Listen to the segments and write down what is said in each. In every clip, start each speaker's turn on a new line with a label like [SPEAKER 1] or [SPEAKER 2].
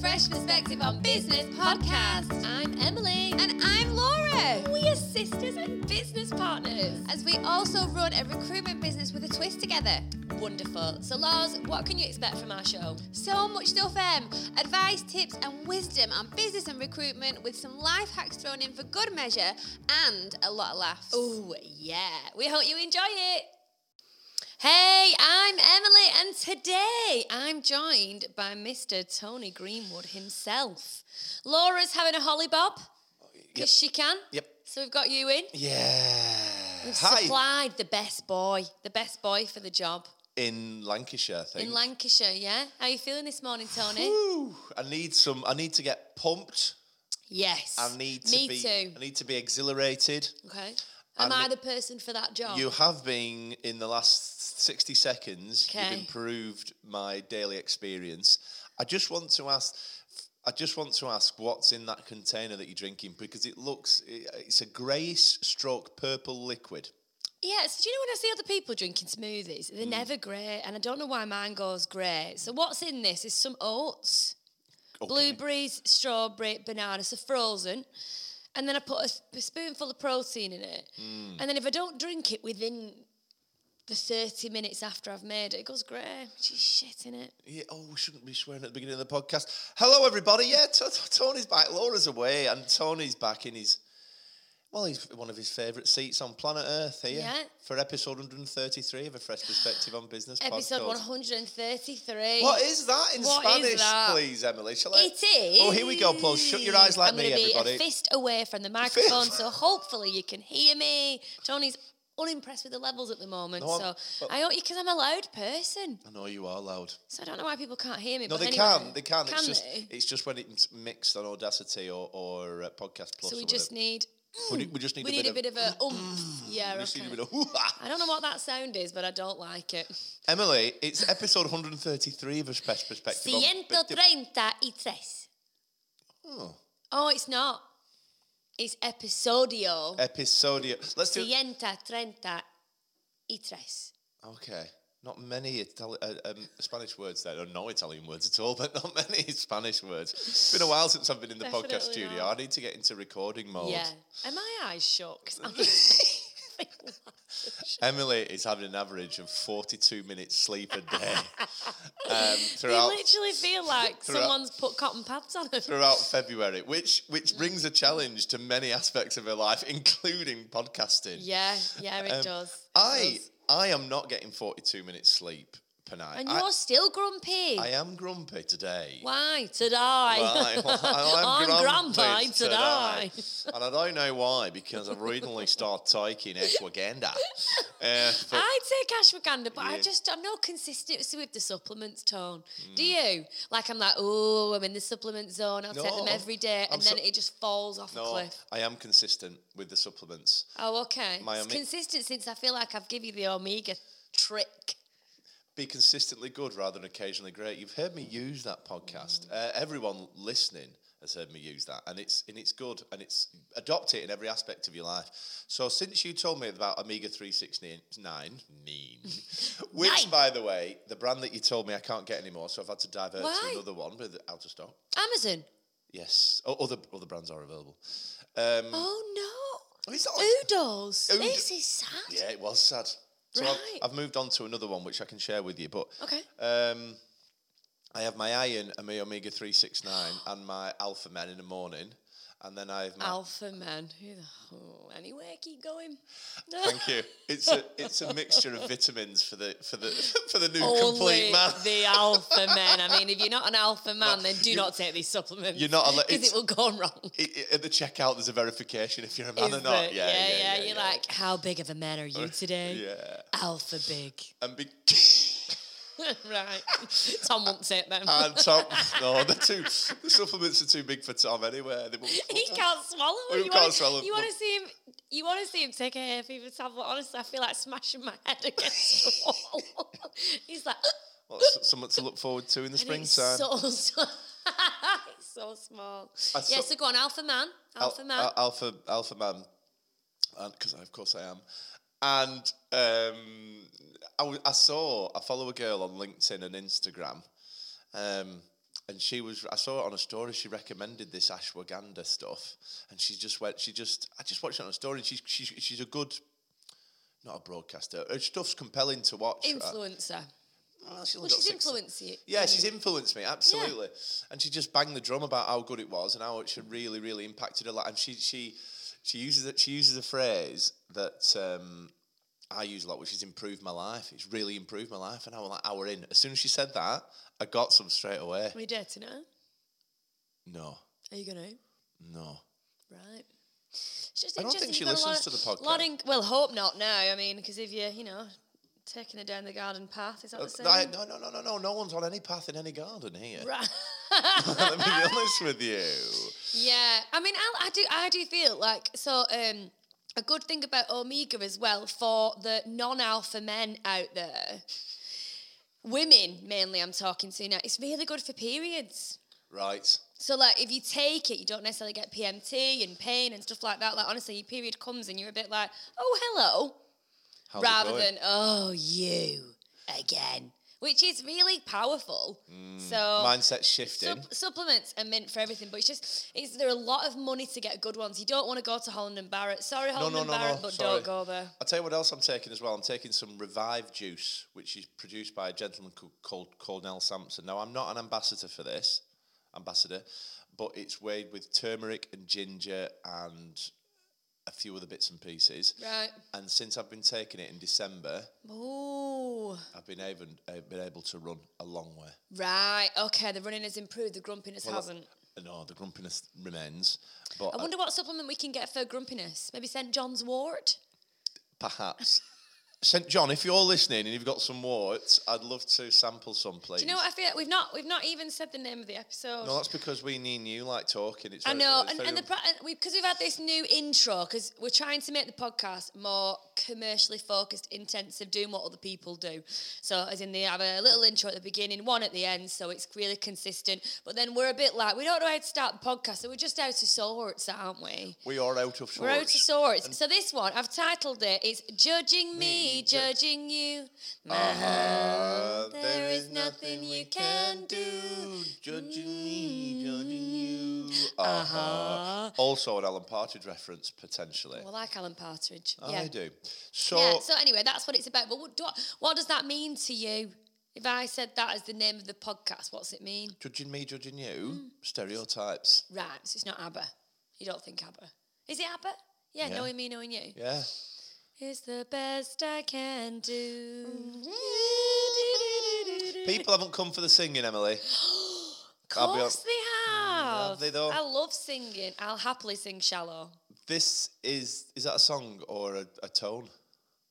[SPEAKER 1] fresh perspective on business podcast.
[SPEAKER 2] I'm Emily.
[SPEAKER 1] And I'm Laura.
[SPEAKER 2] we are sisters and business partners.
[SPEAKER 1] As we also run a recruitment business with a twist together.
[SPEAKER 2] Wonderful. So, Lars, what can you expect from our show?
[SPEAKER 1] So much stuff, Em. Advice, tips, and wisdom on business and recruitment with some life hacks thrown in for good measure and a lot of laughs.
[SPEAKER 2] Oh, yeah. We hope you enjoy it. Hey, I'm Emily, and today I'm joined by Mr. Tony Greenwood himself. Laura's having a holly bob
[SPEAKER 3] Yep.
[SPEAKER 2] because she can.
[SPEAKER 3] Yep.
[SPEAKER 2] So, we've got you in.
[SPEAKER 3] Yeah.
[SPEAKER 2] We've
[SPEAKER 3] Hi.
[SPEAKER 2] supplied the best boy, the best boy for the job
[SPEAKER 3] in Lancashire, I think.
[SPEAKER 2] in Lancashire, yeah? How you feeling this morning, Tony?
[SPEAKER 3] Woo. I need some. I need to get pumped.
[SPEAKER 2] yes.
[SPEAKER 3] I need to
[SPEAKER 2] Me
[SPEAKER 3] be.
[SPEAKER 2] too.
[SPEAKER 3] I need to be exhilarated.
[SPEAKER 2] Okay. Am
[SPEAKER 3] I
[SPEAKER 2] I
[SPEAKER 3] ne-
[SPEAKER 2] the person for that job?
[SPEAKER 3] You have been in the last sixty seconds.
[SPEAKER 2] Okay.
[SPEAKER 3] You've improved my daily experience. I just want to ask. I just want to ask what's in that container that you're drinking because it looks. i- It's a greyish stroke purple liquid.
[SPEAKER 2] Yeah, so do you know when I see other people drinking smoothies,
[SPEAKER 3] Mm.
[SPEAKER 2] they're never grey, and I don't know why mine goes grey. So what's in this is some oats,
[SPEAKER 3] Okay.
[SPEAKER 2] blueberries, strawberry, banana, so frozen. And then I put a, s- a spoonful of protein in it.
[SPEAKER 3] Hmm.
[SPEAKER 2] And then if I don't drink it within the 30 minutes after I've made it, it goes grey, which is shit, in it?
[SPEAKER 3] Yeah, oh, we shouldn't be swearing at the beginning of the podcast. Hello, everybody. Yeah, T- T- Tony's back. Laura's away, and Tony's back in his, well, he's one of his favourite seats on planet Earth here
[SPEAKER 2] Yeah.
[SPEAKER 3] for episode 133 of A Fresh Perspective on Business
[SPEAKER 2] Episode
[SPEAKER 3] podcast.
[SPEAKER 2] 133.
[SPEAKER 3] What is that in
[SPEAKER 2] What is
[SPEAKER 3] Spanish,
[SPEAKER 2] that?
[SPEAKER 3] please, Emily? Shall I?
[SPEAKER 2] It is.
[SPEAKER 3] Oh, here we go, Paul. Shut your eyes like
[SPEAKER 2] I'm
[SPEAKER 3] me,
[SPEAKER 2] gonna be
[SPEAKER 3] everybody.
[SPEAKER 2] A fist away from the microphone, so hopefully you can hear me. Tony's unimpressed with the levels at the moment,
[SPEAKER 3] No,
[SPEAKER 2] so
[SPEAKER 3] I'm- but-
[SPEAKER 2] I hope because I'm a loud person,
[SPEAKER 3] I know you are loud.
[SPEAKER 2] so I don't know why people can't hear me.
[SPEAKER 3] No,
[SPEAKER 2] but
[SPEAKER 3] they
[SPEAKER 2] anyway,
[SPEAKER 3] can. They can. it's just
[SPEAKER 2] they?
[SPEAKER 3] it's just when it's mixed on Audacity or, or uh, Podcast Plus.
[SPEAKER 2] So
[SPEAKER 3] or
[SPEAKER 2] we just
[SPEAKER 3] whatever.
[SPEAKER 2] need
[SPEAKER 3] we, need, we just need
[SPEAKER 2] we
[SPEAKER 3] a
[SPEAKER 2] need
[SPEAKER 3] bit
[SPEAKER 2] a bit of a oomph. yeah,
[SPEAKER 3] we just
[SPEAKER 2] okay.
[SPEAKER 3] need a bit of hoo-ha.
[SPEAKER 2] I don't know what that sound is, but I don't like it.
[SPEAKER 3] Emily, it's episode 133 of a Fresh Perspective. on-
[SPEAKER 2] Ciento
[SPEAKER 3] Oh,
[SPEAKER 2] Oh, it's not. It's episodio.
[SPEAKER 3] episodio. Let's do.
[SPEAKER 2] Ciento treinta y tres.
[SPEAKER 3] Okay, not many Itali- uh, um, Spanish words there. No Italian words at all, but not many Spanish words. It's been a while since I've been in the podcast
[SPEAKER 2] Definitely
[SPEAKER 3] studio.
[SPEAKER 2] not.
[SPEAKER 3] I need to get into recording mode.
[SPEAKER 2] Yeah. Are my eyes shut? 'Cause I'm
[SPEAKER 3] Emily is having an average of 42 minutes sleep a day um,
[SPEAKER 2] they
[SPEAKER 3] throughout.
[SPEAKER 2] literally feel like
[SPEAKER 3] Throughout-
[SPEAKER 2] someone's put cotton pads on them.
[SPEAKER 3] Throughout February, which which brings a challenge to many aspects of her life, including podcasting.
[SPEAKER 2] Yeah, yeah, it
[SPEAKER 3] Um,
[SPEAKER 2] does. It
[SPEAKER 3] I
[SPEAKER 2] does.
[SPEAKER 3] I am not getting 42 minutes sleep per night.
[SPEAKER 2] And
[SPEAKER 3] I-
[SPEAKER 2] you're still grumpy.
[SPEAKER 3] I am grumpy today.
[SPEAKER 2] Why? Today.
[SPEAKER 3] Why?
[SPEAKER 2] I'm grumpy today.
[SPEAKER 3] and I don't know why because I've recently started taking ashwagandha. Uh, but
[SPEAKER 2] I take ashwagandha, but I
[SPEAKER 3] Yeah. Hmm.
[SPEAKER 2] just I'm no consistency with the supplements tone. Do you? Like I'm like, oh, I'm in the supplement zone. I'll take them
[SPEAKER 3] No,
[SPEAKER 2] every day,
[SPEAKER 3] I'm
[SPEAKER 2] and then
[SPEAKER 3] so-
[SPEAKER 2] it just falls off a
[SPEAKER 3] no,
[SPEAKER 2] cliff.
[SPEAKER 3] I am consistent with the supplements.
[SPEAKER 2] Oh, okay.
[SPEAKER 3] My
[SPEAKER 2] it's
[SPEAKER 3] omi-
[SPEAKER 2] consistent since I feel like I've given you the omega trick.
[SPEAKER 3] Be consistently good rather than occasionally great. You've heard me use that podcast. Uh, everyone listening has heard me use that, and it's and it's good, and it's adopt it in every aspect of your life. So since you told me about Omega three six nine nine, which
[SPEAKER 2] Nine.
[SPEAKER 3] by the way, the brand that you told me I can't get anymore, so I've had to divert
[SPEAKER 2] Why?
[SPEAKER 3] to another one with out of stock.
[SPEAKER 2] Amazon.
[SPEAKER 3] Yes, O- other other brands are available. Um,
[SPEAKER 2] Oh
[SPEAKER 3] it's not-
[SPEAKER 2] no. Oodles.
[SPEAKER 3] Ood-
[SPEAKER 2] This is sad.
[SPEAKER 3] yeah, it was sad. So
[SPEAKER 2] Right.
[SPEAKER 3] I've, I've moved on to another one which I can share with you, but
[SPEAKER 2] Okay.
[SPEAKER 3] Um, I have my iron and my omega three six nine and my alpha men in the morning, and then I have my.
[SPEAKER 2] Alpha man. Who the oh, anyway, keep going.
[SPEAKER 3] Thank you. It's a it's a mixture of vitamins for the for the for the new
[SPEAKER 2] Only
[SPEAKER 3] complete man.
[SPEAKER 2] the alpha men. I mean, if you're not an alpha man, then do
[SPEAKER 3] you-
[SPEAKER 2] not take these supplements.
[SPEAKER 3] you're not alle-
[SPEAKER 2] because
[SPEAKER 3] it's-
[SPEAKER 2] it will go wrong.
[SPEAKER 3] It- it- at the checkout, there's a verification if you're a
[SPEAKER 2] Is
[SPEAKER 3] man or not.
[SPEAKER 2] it?
[SPEAKER 3] Yeah, yeah, yeah.
[SPEAKER 2] You're
[SPEAKER 3] yeah.
[SPEAKER 2] like, how big of a man are you today?
[SPEAKER 3] Yeah,
[SPEAKER 2] Alpha big.
[SPEAKER 3] and be.
[SPEAKER 2] right. Tom won't take them.
[SPEAKER 3] And Tom, no, the two the supplements are too big for Tom anyway. They won't-
[SPEAKER 2] he can't swallow.
[SPEAKER 3] Well,
[SPEAKER 2] it.
[SPEAKER 3] you
[SPEAKER 2] You
[SPEAKER 3] can't
[SPEAKER 2] wanna,
[SPEAKER 3] swallow it,
[SPEAKER 2] You
[SPEAKER 3] but-
[SPEAKER 2] want to see him? You want to see him take a hair fever tablet? Honestly, I feel like smashing my head against the wall. He's like,
[SPEAKER 3] well, s- something to look forward to in the
[SPEAKER 2] and it's
[SPEAKER 3] springtime.
[SPEAKER 2] so, so, it's so small.
[SPEAKER 3] I
[SPEAKER 2] yeah,
[SPEAKER 3] saw-
[SPEAKER 2] so go on, alpha man,
[SPEAKER 3] Al- uh,
[SPEAKER 2] alpha man.
[SPEAKER 3] Al- alpha, alpha man, and because of course I am, and um, I, w- I saw I follow a girl on LinkedIn and Instagram, um, and she was I saw it on a story. She recommended this ashwagandha stuff, and she just went. She just I just watched it on a story. And she's she's she's a good. Not a broadcaster. Her stuff's compelling to watch. Uh,
[SPEAKER 2] Influencer.
[SPEAKER 3] well, she's, only
[SPEAKER 2] Well,
[SPEAKER 3] got
[SPEAKER 2] she's
[SPEAKER 3] six-
[SPEAKER 2] influenced you.
[SPEAKER 3] Yeah, she's influenced me absolutely, and she just banged the drum about how good it was and how it should really, really impacted her life. And she she she uses it. She uses a phrase that um, I use a lot, which is "improved my life." It's really improved my life, and I was like, "Hour in." As soon as she said that, I got some straight away.
[SPEAKER 2] Are you dating her?
[SPEAKER 3] No,
[SPEAKER 2] Are you going to?
[SPEAKER 3] no.
[SPEAKER 2] Right. It's just
[SPEAKER 3] I don't
[SPEAKER 2] interesting,
[SPEAKER 3] think she
[SPEAKER 2] you've got a
[SPEAKER 3] listens
[SPEAKER 2] lot
[SPEAKER 3] to
[SPEAKER 2] of-
[SPEAKER 3] the
[SPEAKER 2] lot
[SPEAKER 3] podcast.
[SPEAKER 2] in- well, hope not now. I mean, because if you're, you know, taking her down the garden path, is that the same?
[SPEAKER 3] No, no, no, no, no, no. No one's on any path in any garden here.
[SPEAKER 2] Right.
[SPEAKER 3] Let me be honest with you.
[SPEAKER 2] Yeah, I mean, I, I do, I do feel like so. Um, a good thing about Omega as well for the non-alpha men out there, women mainly. I'm talking to now. It's really good for periods.
[SPEAKER 3] Right.
[SPEAKER 2] So like, if you take it, you don't necessarily get PMT and pain and stuff like that. Like, honestly, your period comes and you're a bit like, oh hello,
[SPEAKER 3] How's it
[SPEAKER 2] rather
[SPEAKER 3] going?
[SPEAKER 2] than oh you again, which is really powerful.
[SPEAKER 3] Mm,
[SPEAKER 2] so
[SPEAKER 3] mindset shifting.
[SPEAKER 2] Supp- supplements are mint for everything, but it's just it's there are a lot of money to get good ones. You don't want to go to Holland and Barrett. Sorry, Holland
[SPEAKER 3] no,
[SPEAKER 2] and
[SPEAKER 3] no,
[SPEAKER 2] Barrett,
[SPEAKER 3] no,
[SPEAKER 2] but
[SPEAKER 3] sorry.
[SPEAKER 2] don't go there.
[SPEAKER 3] I'll tell you what else I'm taking as well. I'm taking some Revive Juice, which is produced by a gentleman called, called Colnell Sampson. Now, I'm not an ambassador for this, ambassador, but it's weighed with turmeric and ginger and a few other bits and pieces.
[SPEAKER 2] Right.
[SPEAKER 3] And since I've been taking it in December,
[SPEAKER 2] Ooh.
[SPEAKER 3] I've been able, I've been able to run a long way.
[SPEAKER 2] Right. Okay. The running has improved. The grumpiness hasn't.
[SPEAKER 3] No, the grumpiness remains, but
[SPEAKER 2] I
[SPEAKER 3] uh,
[SPEAKER 2] wonder what supplement we can get for grumpiness. Maybe St John's Wort.
[SPEAKER 3] uh, perhaps. St. John, if you're listening and you've got some warts, I'd love to sample some, please.
[SPEAKER 2] Do you know what I feel? We've not we've not even said the name of the episode.
[SPEAKER 3] No, that's because we need you like talking. It's
[SPEAKER 2] I
[SPEAKER 3] very-
[SPEAKER 2] know,
[SPEAKER 3] it's
[SPEAKER 2] and,
[SPEAKER 3] very
[SPEAKER 2] and the
[SPEAKER 3] un-
[SPEAKER 2] because we, 'cause we've had this new intro because we're trying to make the podcast more commercially focused, intensive, doing what other people do. So, as in, they have a little intro at the beginning, one at the end, so it's really consistent. But then we're a bit like we don't know how to start the podcast, so we're just out of sorts, aren't we?
[SPEAKER 3] we are out of sorts.
[SPEAKER 2] We're out of sorts. so this one, I've titled it. It's judging me,
[SPEAKER 3] Me, ju-
[SPEAKER 2] judging you. My
[SPEAKER 3] Uh,
[SPEAKER 2] hand, there is nothing you can do. Mm.
[SPEAKER 3] Judging me, judging you. Uh-huh.
[SPEAKER 2] Uh-huh.
[SPEAKER 3] Also, an Alan Partridge reference potentially.
[SPEAKER 2] Well, like Alan Partridge.
[SPEAKER 3] I
[SPEAKER 2] yeah.
[SPEAKER 3] do. So,
[SPEAKER 2] yeah. So anyway, that's what it's about. But what, do I, what does that mean to you? If I said that as the name of the podcast, what's it mean?
[SPEAKER 3] judging me, judging you.
[SPEAKER 2] Mm.
[SPEAKER 3] Stereotypes.
[SPEAKER 2] Right. So it's not ABBA. You don't think ABBA? Is it ABBA? Yeah.
[SPEAKER 3] Yeah.
[SPEAKER 2] Knowing me, knowing you.
[SPEAKER 3] Yeah.
[SPEAKER 2] It's the best I can do.
[SPEAKER 3] Mm-hmm. People haven't come for the singing, Emily.
[SPEAKER 2] Of
[SPEAKER 3] I'll be
[SPEAKER 2] course they have.
[SPEAKER 3] Mm, they though?
[SPEAKER 2] I love singing. I'll happily sing "Shallow."
[SPEAKER 3] This is is that a song or a, a tone?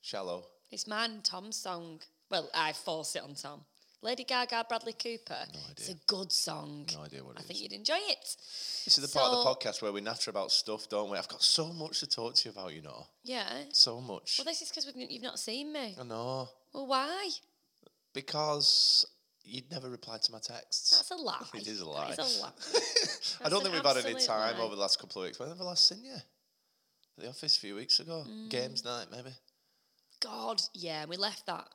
[SPEAKER 3] Shallow.
[SPEAKER 2] It's mine, Tom's song. Well, I force it on Tom. Lady Gaga, Bradley Cooper. It's a good song.
[SPEAKER 3] No idea what it
[SPEAKER 2] I
[SPEAKER 3] is.
[SPEAKER 2] think you'd enjoy it.
[SPEAKER 3] This is the part of the
[SPEAKER 2] So-
[SPEAKER 3] podcast where we natter about stuff, don't we? I've got so much to talk to you about, you know.
[SPEAKER 2] Yeah.
[SPEAKER 3] So much.
[SPEAKER 2] Well, this is because you've not seen me.
[SPEAKER 3] I know.
[SPEAKER 2] Well, why?
[SPEAKER 3] Because you'd never replied to my texts.
[SPEAKER 2] That's a lie.
[SPEAKER 3] It is a lie.
[SPEAKER 2] It's a lie.
[SPEAKER 3] I don't
[SPEAKER 2] an
[SPEAKER 3] think we've had any
[SPEAKER 2] absolute
[SPEAKER 3] time
[SPEAKER 2] lie.
[SPEAKER 3] over the last couple of weeks. When have I last seen you? At the office a few weeks ago.
[SPEAKER 2] Mm.
[SPEAKER 3] Games night, maybe.
[SPEAKER 2] God, yeah, we left that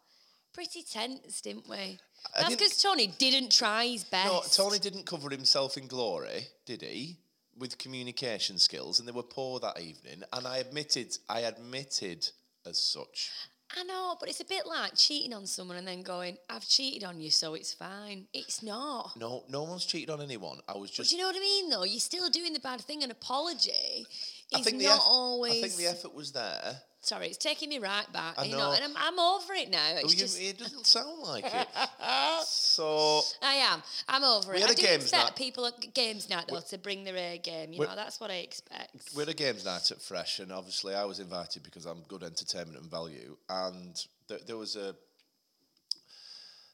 [SPEAKER 2] pretty tense, didn't we?
[SPEAKER 3] I
[SPEAKER 2] That's
[SPEAKER 3] didn't-
[SPEAKER 2] because Tony didn't try his best.
[SPEAKER 3] No, Tony didn't cover himself in glory, did he? With communication skills, and they were poor that evening. And I admitted, I admitted as such.
[SPEAKER 2] I know, but it's a bit like cheating on someone and then going, "I've cheated on you, so it's fine." It's not.
[SPEAKER 3] No, no one's cheated on anyone. I was
[SPEAKER 2] But
[SPEAKER 3] just
[SPEAKER 2] do you know what I mean, though? You're still doing the bad thing. An apology
[SPEAKER 3] I
[SPEAKER 2] is
[SPEAKER 3] think the
[SPEAKER 2] not
[SPEAKER 3] eff-
[SPEAKER 2] always.
[SPEAKER 3] I think the effort was there.
[SPEAKER 2] Sorry, it's taking me right back.
[SPEAKER 3] I
[SPEAKER 2] you know,
[SPEAKER 3] know.
[SPEAKER 2] and I'm, I'm over it now. It's
[SPEAKER 3] Well, you-
[SPEAKER 2] just
[SPEAKER 3] it doesn't sound like it. so
[SPEAKER 2] I am. I'm over it.
[SPEAKER 3] had
[SPEAKER 2] I
[SPEAKER 3] a
[SPEAKER 2] do
[SPEAKER 3] games
[SPEAKER 2] expect
[SPEAKER 3] night.
[SPEAKER 2] people at g- games night though to bring their A game. You
[SPEAKER 3] we-
[SPEAKER 2] know, that's what I expect.
[SPEAKER 3] we had a games night at Fresh, and obviously I was invited because I'm good entertainment and value. And th- there was a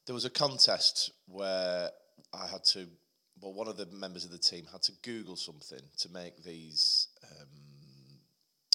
[SPEAKER 3] there was a contest where I had to. Well, one of the members of the team had to Google something to make these. Um,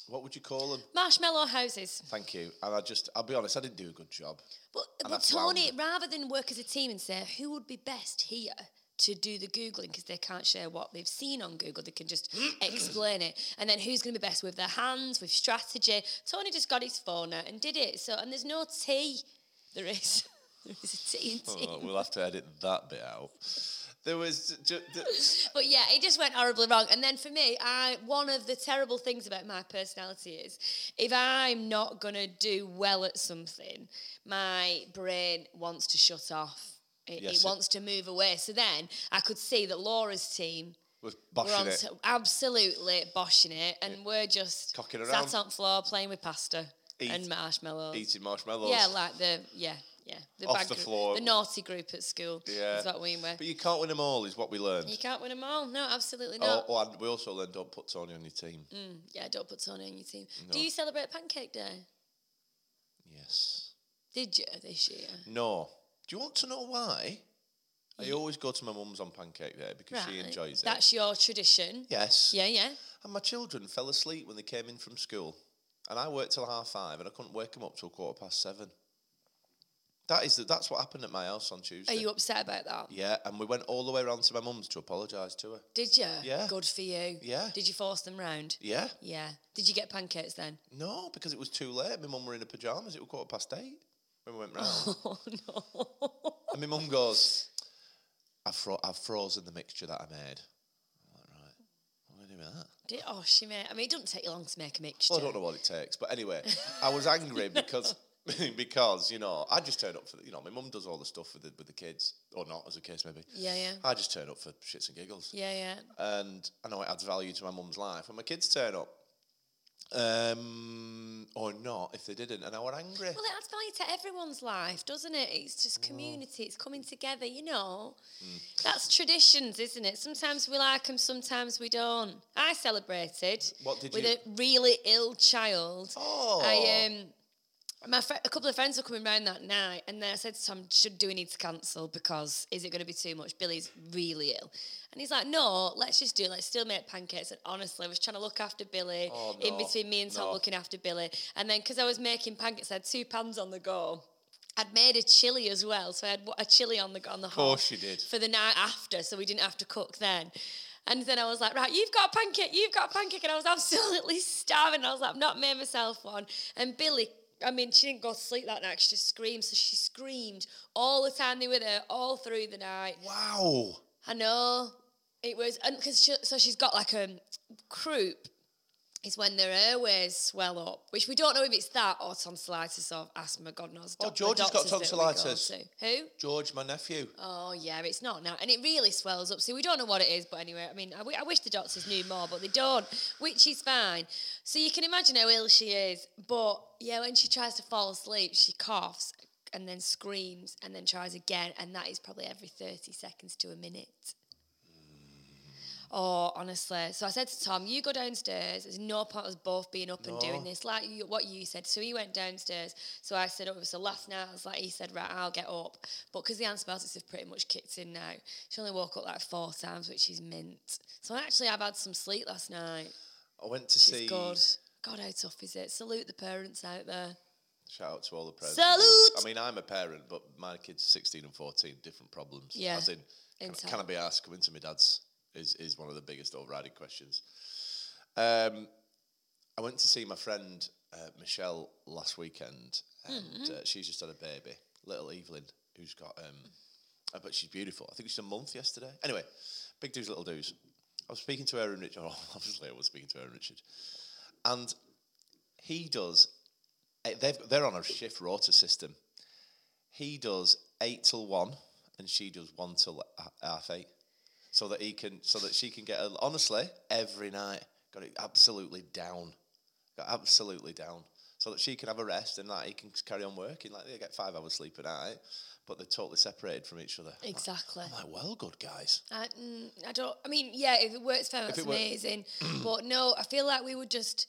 [SPEAKER 3] what would you call them?
[SPEAKER 2] Marshmallow houses.
[SPEAKER 3] Thank you. And I just, I'll be honest, I didn't do a good job.
[SPEAKER 2] But,
[SPEAKER 3] And
[SPEAKER 2] but
[SPEAKER 3] that's
[SPEAKER 2] Tony, rather than work as a team and say who would be best here to do the googling because they can't share what they've seen on Google, they can just explain it. And then who's going to be best with their hands, with strategy? Tony just got his phone out and did it. So and there's no tea. There is. There is a tea in team.
[SPEAKER 3] Oh, we'll have to edit that bit out. There was ju- ju-
[SPEAKER 2] But yeah, it just went horribly wrong. And then for me, I one of the terrible things about my personality is if I'm not gonna do well at something, my brain wants to shut off. It,
[SPEAKER 3] Yes,
[SPEAKER 2] it
[SPEAKER 3] it-
[SPEAKER 2] wants to move away. So then I could see that Laura's team
[SPEAKER 3] was
[SPEAKER 2] were on
[SPEAKER 3] boshing it.
[SPEAKER 2] to, absolutely boshing it, and we're just
[SPEAKER 3] Cocking around.
[SPEAKER 2] sat on floor playing with pasta
[SPEAKER 3] Eat-
[SPEAKER 2] and marshmallows.
[SPEAKER 3] eating marshmallows.
[SPEAKER 2] Yeah, like the yeah yeah the
[SPEAKER 3] Off
[SPEAKER 2] bad
[SPEAKER 3] the
[SPEAKER 2] group-
[SPEAKER 3] floor.
[SPEAKER 2] the naughty group at school.
[SPEAKER 3] Yeah.
[SPEAKER 2] is what we were.
[SPEAKER 3] But you can't win them all, is what we learned.
[SPEAKER 2] You can't win them all. No, absolutely
[SPEAKER 3] Oh,
[SPEAKER 2] not.
[SPEAKER 3] oh, and we also learned don't put Tony on your team.
[SPEAKER 2] Mm. Yeah, don't put Tony on your team.
[SPEAKER 3] No.
[SPEAKER 2] Do you celebrate Pancake Day?
[SPEAKER 3] Yes.
[SPEAKER 2] Did you this year?
[SPEAKER 3] No. Do you want to know why? I always go to my mum's on pancake day because she enjoys
[SPEAKER 2] Mm.
[SPEAKER 3] it.
[SPEAKER 2] That's your tradition.
[SPEAKER 3] yes.
[SPEAKER 2] Yeah, yeah.
[SPEAKER 3] And my children fell asleep when they came in from school. And I worked till half five and I couldn't wake them up till quarter past seven. That is the, that's what happened at my house on Tuesday.
[SPEAKER 2] Are you upset about that?
[SPEAKER 3] yeah, and we went all the way around to my mum's to apologise to her.
[SPEAKER 2] Did you?
[SPEAKER 3] Yeah.
[SPEAKER 2] Good for you.
[SPEAKER 3] Yeah.
[SPEAKER 2] Did you force them round?
[SPEAKER 3] Yeah.
[SPEAKER 2] Yeah. Did you get pancakes then?
[SPEAKER 3] No, because it was too late. My mum were in her pyjamas. It was quarter past eight when we went round.
[SPEAKER 2] Oh no.
[SPEAKER 3] And my mum goes, I've, fro- I've frozen the mixture that I made. I'm like, right, I'm going to do with that.
[SPEAKER 2] Did, oh, she made. I mean, it doesn't take you long to make a mixture.
[SPEAKER 3] Well, Oh, I don't know what it takes. But anyway, I was angry because, because you know, I just turned up for, the, you know, my mum does all the stuff with the, with the kids, or not, as a case maybe.
[SPEAKER 2] Yeah, yeah.
[SPEAKER 3] I just turn up for shits and giggles.
[SPEAKER 2] Yeah, yeah.
[SPEAKER 3] And I know it adds value to my mum's life. And my kids turn up. Um, or not, if they didn't. And I were angry.
[SPEAKER 2] Well, it adds value to everyone's life, doesn't it? It's just
[SPEAKER 3] Mm.
[SPEAKER 2] community, it's coming together, you know. That's traditions, isn't it? Sometimes we like them, sometimes we don't. I celebrated
[SPEAKER 3] What did
[SPEAKER 2] with
[SPEAKER 3] you-
[SPEAKER 2] a really ill child.
[SPEAKER 3] Oh.
[SPEAKER 2] I um, my fri a couple of friends were coming round that night, and then I said to Tom, "Should do we need to cancel? Because is it going to be too much? Billy's really ill." And he's like, "No, let's just do. it. Let's still make pancakes." And honestly, I was trying to look after Billy
[SPEAKER 3] Oh,
[SPEAKER 2] in
[SPEAKER 3] no.
[SPEAKER 2] between me and Tom
[SPEAKER 3] No.
[SPEAKER 2] looking after Billy, and then because I was making pancakes, I had two pans on the go. I'd made a chili as well, so I had a chili on the go- on the hob
[SPEAKER 3] course you did.
[SPEAKER 2] for the night after, so we didn't have to cook then. And then I was like, right, you've got a pancake, you've got a pancake, and I was absolutely starving. And I was like, I've not made myself one. And Billy, I mean, she didn't go to sleep that night. She just screamed, so she screamed all the time they were there, all through the night.
[SPEAKER 3] wow.
[SPEAKER 2] I know it was, and because she, so she's got like a croup. Is when their airways swell up, which we don't know if it's that or tonsillitis or asthma. God knows.
[SPEAKER 3] Oh,
[SPEAKER 2] doc- the
[SPEAKER 3] George has got
[SPEAKER 2] doctors that we go
[SPEAKER 3] tonsillitis.
[SPEAKER 2] to. Who?
[SPEAKER 3] George, my nephew.
[SPEAKER 2] Oh yeah, it's not now, and it really swells up. So we don't know what it is, but anyway, I mean, I wi- I wish the doctors knew more, but they don't, which is fine. So you can imagine how ill she is. But yeah, when she tries to fall asleep, she coughs and then screams and then tries again, and that is probably every thirty seconds to a minute. Oh, honestly. So I said to Tom, "You go downstairs. There's no point us both being up and doing
[SPEAKER 3] No.
[SPEAKER 2] this." Like you, what you said. So he went downstairs. So I said, "Oh, so last night I was like," he said, "Right, I'll get up," but because the antibiotics have pretty much kicked in now, she only woke up like four times, which is mint. So actually, I've had some sleep last night.
[SPEAKER 3] I went to
[SPEAKER 2] It's
[SPEAKER 3] see.
[SPEAKER 2] good. God, how tough is it? Salute the parents out there.
[SPEAKER 3] Shout out to all the parents.
[SPEAKER 2] Salute!
[SPEAKER 3] I mean, I'm a parent, but my kids are 16 and 14, different problems.
[SPEAKER 2] Yeah.
[SPEAKER 3] As in, can,
[SPEAKER 2] Inside.
[SPEAKER 3] can I be asked to come into my dad's? Is, is one of the biggest overriding questions. Um, I went to see my friend uh, Michelle last weekend, and uh, she's just had a baby, little Evelyn, who's got. Um, uh, but she's beautiful. I think she's a month yesterday. Anyway, big do's, little do's. I was speaking to her and Richard. Obviously, I was speaking to her and Richard, and he does. eh, They've, they're on a shift rota system. He does eight till one, and she does one till h- half eight, so that he can, so that she can get. A, honestly, every night got it absolutely down, got absolutely down, so that she can have a rest and that he can carry on working. Like they get five hours sleep a night, but they're totally separated from each other. I'm like,
[SPEAKER 2] Exactly.
[SPEAKER 3] I'm like, well, good guys.
[SPEAKER 2] I, mm, I don't. I mean, yeah, if it works for them, that's
[SPEAKER 3] it wor-
[SPEAKER 2] amazing. but no, I feel like we would just.